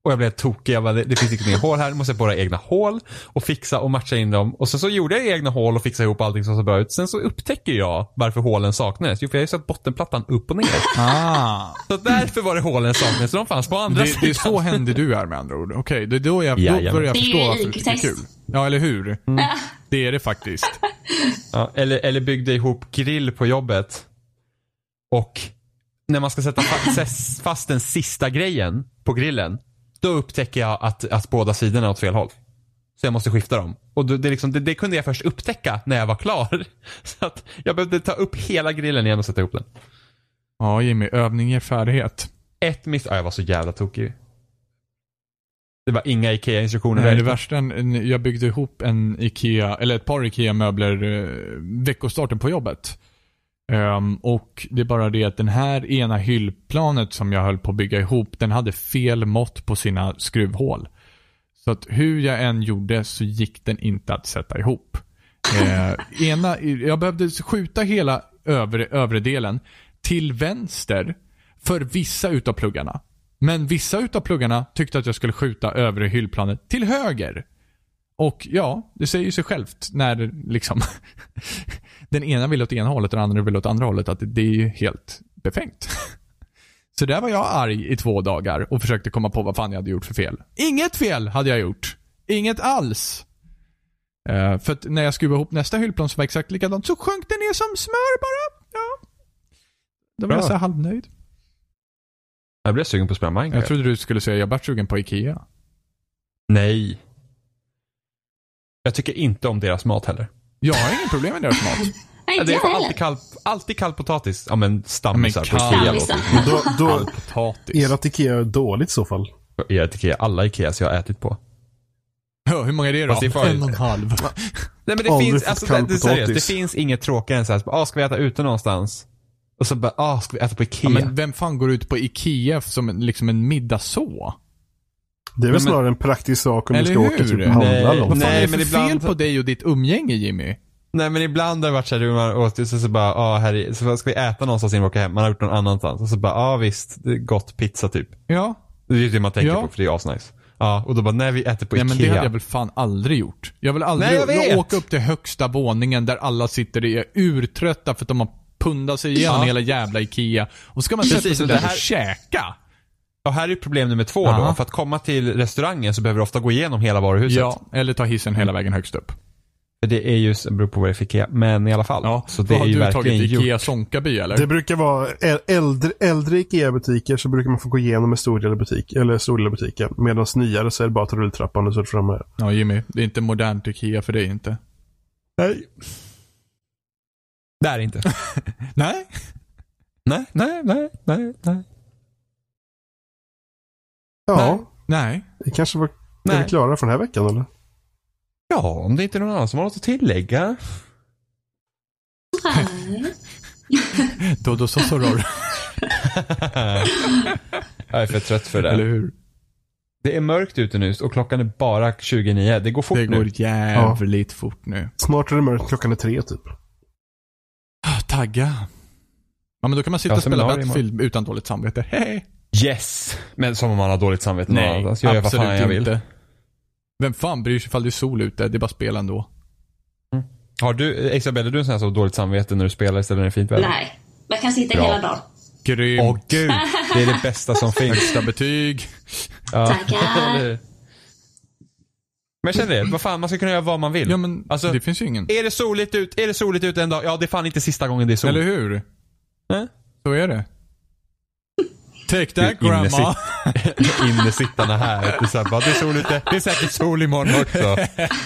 Speaker 4: Och jag blev tokig, jag bara, det, det finns inte mer hål här, nu måste jag borra egna hål och fixa och matcha in dem. Och sen så gjorde jag egna hål och fixade ihop allting som såg bra ut. Sen så upptäcker jag varför hålen saknades. Jo, för jag har ju satt bottenplattan upp och ner.
Speaker 1: Ah.
Speaker 4: Så därför var det hålen saknades, så de fanns på andra
Speaker 1: Det, det är
Speaker 4: sidan.
Speaker 1: så händer du är med andra ord. Okej, det är då jag, då
Speaker 4: Jajamän.
Speaker 1: börjar jag
Speaker 2: Det är
Speaker 1: förstå
Speaker 2: ju
Speaker 1: varför du tycker det är kul.
Speaker 2: IQ-test.
Speaker 1: Ja, eller hur? Det är det faktiskt.
Speaker 4: Ja, eller, eller byggde ihop grill på jobbet. Och när man ska sätta fa- s- fast den sista grejen på grillen. Då upptäcker jag att, att båda sidorna är åt fel håll. Så jag måste skifta dem. Och då- det, är liksom, det, det kunde jag först upptäcka när jag var klar. Så att jag behövde ta upp hela grillen igen och sätta ihop den.
Speaker 1: Ja, Jimmy. Övning ger färdighet.
Speaker 4: Ett miss... Ja, jag var så jävla tokig. Det var inga IKEA-instruktioner.
Speaker 1: Nej, det
Speaker 4: där.
Speaker 1: värsta, en- en- jag byggde ihop en IKEA, eller ett par IKEA-möbler eh, veckostarten på jobbet. Ehm, och det är bara det att den här ena hyllplanet som jag höll på att bygga ihop, den hade fel mått på sina skruvhål. Så att hur jag än gjorde så gick den inte att sätta ihop. Eh, ena, jag behövde skjuta hela övre, övre delen till vänster för vissa utav pluggarna. Men vissa utav pluggarna tyckte att jag skulle skjuta övre hyllplanet till höger. Och ja, det säger ju sig självt när liksom den ena vill åt ena hållet och den andra vill åt andra hållet att det är ju helt befängt. Så där var jag arg i två dagar och försökte komma på vad fan jag hade gjort för fel. Inget fel hade jag gjort. Inget alls. Eh, för att när jag skruvade ihop nästa hyllplan som var exakt likadant så sjönk det ner som smör bara. Ja. Då var jag
Speaker 4: Bra.
Speaker 1: så här halvnöjd.
Speaker 4: Jag blev sugen på att spela Minecraft.
Speaker 1: Jag trodde du skulle säga jag vart sugen på Ikea.
Speaker 4: Nej. Jag tycker inte om deras mat heller.
Speaker 1: Jag har inget problem med deras mat.
Speaker 2: Nej,
Speaker 4: Ja,
Speaker 2: inte
Speaker 4: det
Speaker 2: jag
Speaker 4: är
Speaker 2: heller.
Speaker 4: alltid kall, alltid kall potatis. Ja men stammisar
Speaker 1: Ja, men kall-
Speaker 4: på Ikea
Speaker 2: Stammisar.
Speaker 4: låter
Speaker 3: Då, då,
Speaker 1: Potatis.
Speaker 3: ert Ikea är dåligt i så fall.
Speaker 4: ju- Jag tycker alla Ikeas jag har ätit på.
Speaker 1: Ja, hur många är det då?
Speaker 4: Fast det är farligt.
Speaker 1: en och en halv.
Speaker 4: Nej men det
Speaker 3: Aldrig
Speaker 4: finns,
Speaker 3: fått
Speaker 4: alltså,
Speaker 3: kall
Speaker 4: det, det, seriöst, det
Speaker 3: potatis.
Speaker 4: finns inget tråkigare än såhär, ah, ska vi äta ute någonstans? Och så bara, ah, ska vi äta på
Speaker 1: Ja,
Speaker 4: Ikea?
Speaker 1: men vem fan går ut på Ikea som en, liksom en middag så?
Speaker 3: Det är väl
Speaker 4: men-
Speaker 3: snarare en praktisk sak om du
Speaker 1: Eller
Speaker 3: ska åka
Speaker 1: hur?
Speaker 3: typ och
Speaker 1: Nej.
Speaker 3: handla
Speaker 4: Nej.
Speaker 1: Vad
Speaker 3: långt.
Speaker 1: fan är det för
Speaker 4: men
Speaker 1: fel
Speaker 4: ibland-
Speaker 1: på dig och ditt umgänge Jimmy?
Speaker 4: Nej men ibland har det varit såhär, du, man åt och så, så bara, ah, här är, så ska vi äta någonstans innan vi åker hem? Man har gjort någon annanstans. Och så bara, ah visst, det är gott pizza typ.
Speaker 1: Ja.
Speaker 4: Det är ju det man tänker
Speaker 1: Ja.
Speaker 4: på för det är asnice. Ja, och då bara, nej vi äter på
Speaker 1: Nej
Speaker 4: Ikea.
Speaker 1: men det hade jag väl fan aldrig gjort. Jag vill aldrig
Speaker 4: Nej, jag vet.
Speaker 1: åka upp till högsta våningen där alla sitter och är urtrötta för att de har pundat sig igenom
Speaker 4: Ja.
Speaker 1: hela jävla Ikea. Och ska man
Speaker 4: Precis,
Speaker 1: sätta sig
Speaker 4: och
Speaker 1: där
Speaker 4: det här-
Speaker 1: och käka.
Speaker 4: Och här är problem nummer två
Speaker 1: Aha.
Speaker 4: då. För att komma till restaurangen så behöver du ofta gå igenom hela varuhuset.
Speaker 1: Ja, eller ta hissen hela vägen högst upp.
Speaker 4: För det är ju, det beror på vad det är för Ikea, men i alla fall.
Speaker 1: Ja,
Speaker 4: så det
Speaker 1: vad
Speaker 4: är
Speaker 1: har
Speaker 4: ju
Speaker 1: du
Speaker 4: verkligen
Speaker 1: tagit?
Speaker 4: gjort.
Speaker 1: Ikea Sonkaby eller?
Speaker 3: Det brukar vara ä- äldre, äldre IKEA-butiker så brukar man få gå igenom en stor del av butik, eller stor del av butiken. Medan nyare så är det bara att ta rulltrappan och så är det framme.
Speaker 1: Ja, Jimmy. Det är inte modernt Ikea för dig inte.
Speaker 4: Nej. Det är det inte.
Speaker 1: Nej.
Speaker 4: nej, nej, nej, nej, nej.
Speaker 3: Ja,
Speaker 4: Nej.
Speaker 1: Nej.
Speaker 3: det kanske var Är vi
Speaker 4: nej.
Speaker 3: klara för den här veckan eller?
Speaker 4: Ja, om det inte är någon annan som har något att tillägga.
Speaker 2: Nej.
Speaker 1: Dodo Sosoror.
Speaker 4: Jag är för trött för
Speaker 1: eller
Speaker 4: det.
Speaker 1: hur?
Speaker 4: Det är mörkt ute nu och klockan är bara 29. Det går fort
Speaker 1: Det
Speaker 4: nu.
Speaker 1: går jävligt fort nu.
Speaker 3: Snart är det mörkt, klockan är tre typ.
Speaker 1: Ah, Tagga. Ja, men då kan man sitta
Speaker 4: Ja,
Speaker 1: och spela
Speaker 4: seminarium
Speaker 1: Battlefield utan dåligt samvete. Hej!
Speaker 4: Yes! Men som om man har dåligt samvete. Nej, annat. alltså, Jag gör vad fan jag vill.
Speaker 1: inte. Vem fan bryr sig ifall det är sol ute? Det är bara spel ändå.
Speaker 4: Har du, Isabella, är du en sån här som har dåligt samvete när du spelar istället när det är fint väder?
Speaker 2: Nej. Man kan sitta
Speaker 4: Bra.
Speaker 2: hela dagen.
Speaker 1: Grymt.
Speaker 4: Åh gud, det är det bästa som finns.
Speaker 1: Högsta betyg.
Speaker 4: Ja.
Speaker 2: Tackar.
Speaker 4: Eller- Men känn det, vad fan, man ska kunna göra vad man vill.
Speaker 1: Ja, men
Speaker 4: alltså,
Speaker 1: det finns ju ingen.
Speaker 4: Är det soligt ut, är det soligt ut en dag? Ja, det är fan inte sista gången det är sol.
Speaker 1: Eller hur?
Speaker 4: Nej.
Speaker 1: Så är det. Take that
Speaker 4: Du är inne
Speaker 1: grandma.
Speaker 4: Innesittarna här, det är, så här bara, det är sol ute, det är säkert sol imorgon också.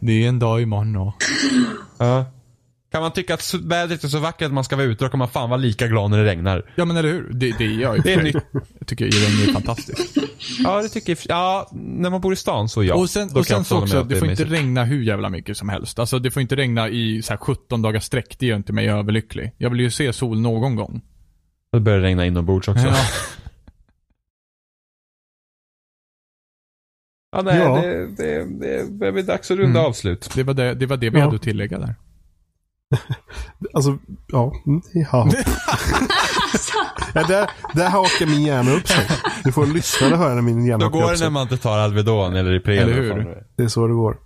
Speaker 1: Det är en dag imorgon och...
Speaker 4: Ja. Kan man tycka att så- vädret är så vackert att man ska vara ute, då kan man fan vara lika glad när det regnar.
Speaker 1: Ja men eller hur? Det, det är jag ju.
Speaker 4: Det är nytt.
Speaker 1: Jag tycker regn är fantastiskt.
Speaker 4: Ja, det tycker jag. Ja, när man bor i stan så ja.
Speaker 1: och sen,
Speaker 4: Då kan
Speaker 1: och
Speaker 4: jag
Speaker 1: sen så
Speaker 4: hålla med
Speaker 1: också,
Speaker 4: att
Speaker 1: det
Speaker 4: är
Speaker 1: får inte
Speaker 4: mysigt.
Speaker 1: regna hur jävla mycket som helst. Alltså det får inte regna i så här 17 dagars sträck. Det gör inte mig överlycklig. Jag vill ju se sol någon gång.
Speaker 4: Då börjar det regna inombords också.
Speaker 1: Ja.
Speaker 4: Ja, nej,
Speaker 3: Ja.
Speaker 4: Det, det, det börjar bli dags att runda
Speaker 1: Mm.
Speaker 4: avslut.
Speaker 1: Det var det, det, var det vi
Speaker 3: Ja.
Speaker 1: hade att tillägga där.
Speaker 3: Alltså, ja. mm, ja. ja där, där hakar min hjärna upp sig. Du får lyssna och höra när min hjärna
Speaker 4: Då
Speaker 3: hakar
Speaker 4: går
Speaker 3: upp
Speaker 4: det
Speaker 3: sig.
Speaker 4: när man inte tar Alvedon eller Ipren.
Speaker 1: Eller
Speaker 4: eller vad
Speaker 1: hur?
Speaker 4: fan det är.
Speaker 3: Det är så det går.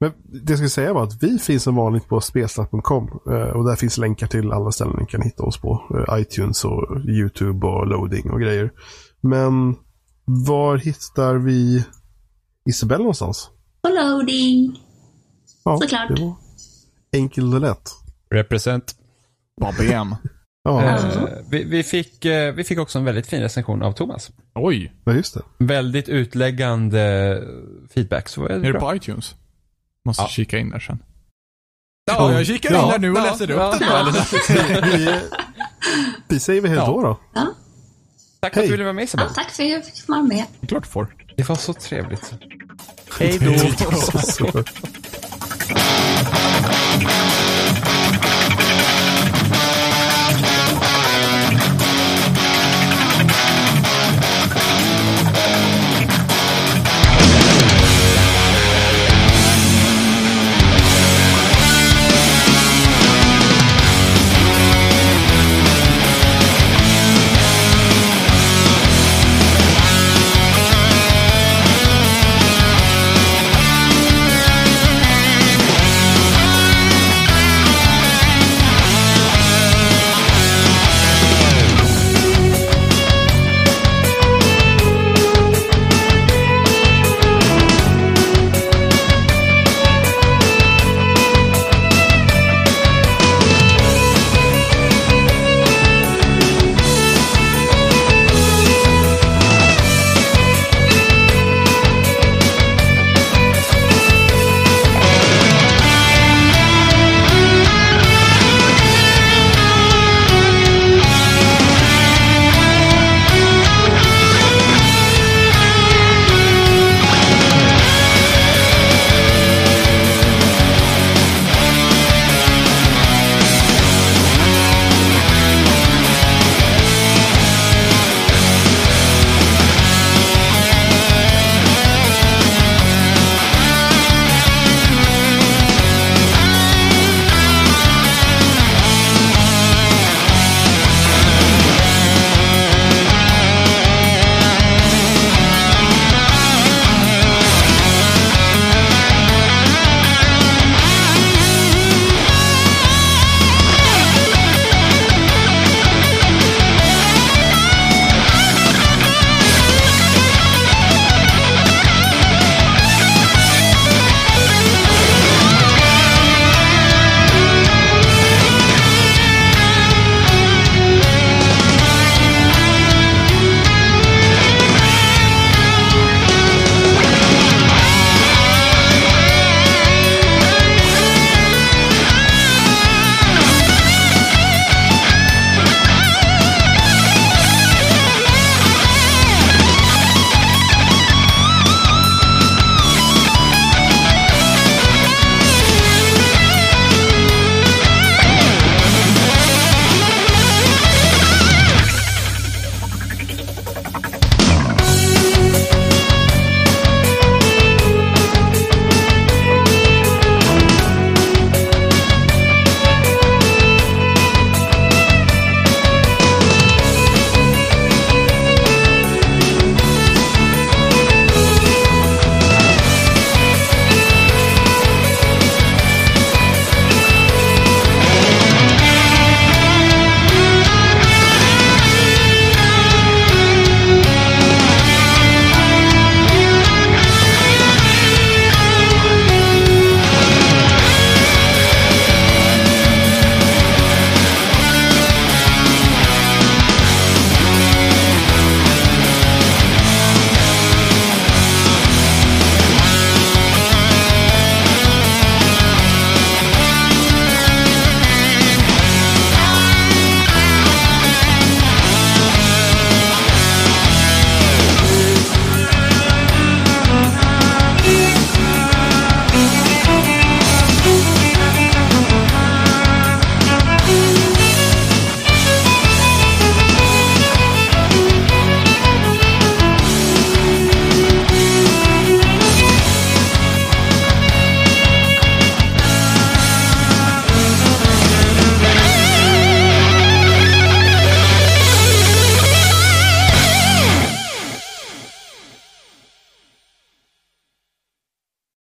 Speaker 3: Men det jag skulle säga var att vi finns som vanligt på spelsnack.com eh, och där finns länkar till alla ställen ni kan hitta oss på. Eh, iTunes och YouTube och loading och grejer. Men var hittar vi Isabelle någonstans?
Speaker 2: Och loading.
Speaker 3: Ja,
Speaker 2: Såklart.
Speaker 3: det var enkelt och lätt.
Speaker 4: Represent.
Speaker 1: Babem.
Speaker 3: Ja,
Speaker 4: Eh, vi, vi, fick, eh, vi fick också en väldigt fin recension av Thomas.
Speaker 1: Oj,
Speaker 3: ja, just det.
Speaker 4: Väldigt utläggande feedback. Så
Speaker 1: är
Speaker 4: väldigt
Speaker 1: det
Speaker 4: bra.
Speaker 1: på iTunes? Måste
Speaker 4: Ja.
Speaker 1: kika in där sen.
Speaker 4: Ja,
Speaker 1: jag kikar in
Speaker 4: ja,
Speaker 1: där nu och
Speaker 4: ja,
Speaker 1: läser upp
Speaker 4: ja,
Speaker 1: den.
Speaker 4: ja.
Speaker 3: Vi, vi säger vi hej då då.
Speaker 2: Ja.
Speaker 4: Tack för
Speaker 3: Hej.
Speaker 4: att du ville vara med
Speaker 2: ja,
Speaker 4: Isabel.
Speaker 2: tack för att jag fick vara med.
Speaker 1: Klart får.
Speaker 4: Det var så trevligt. Hej då.
Speaker 3: Så.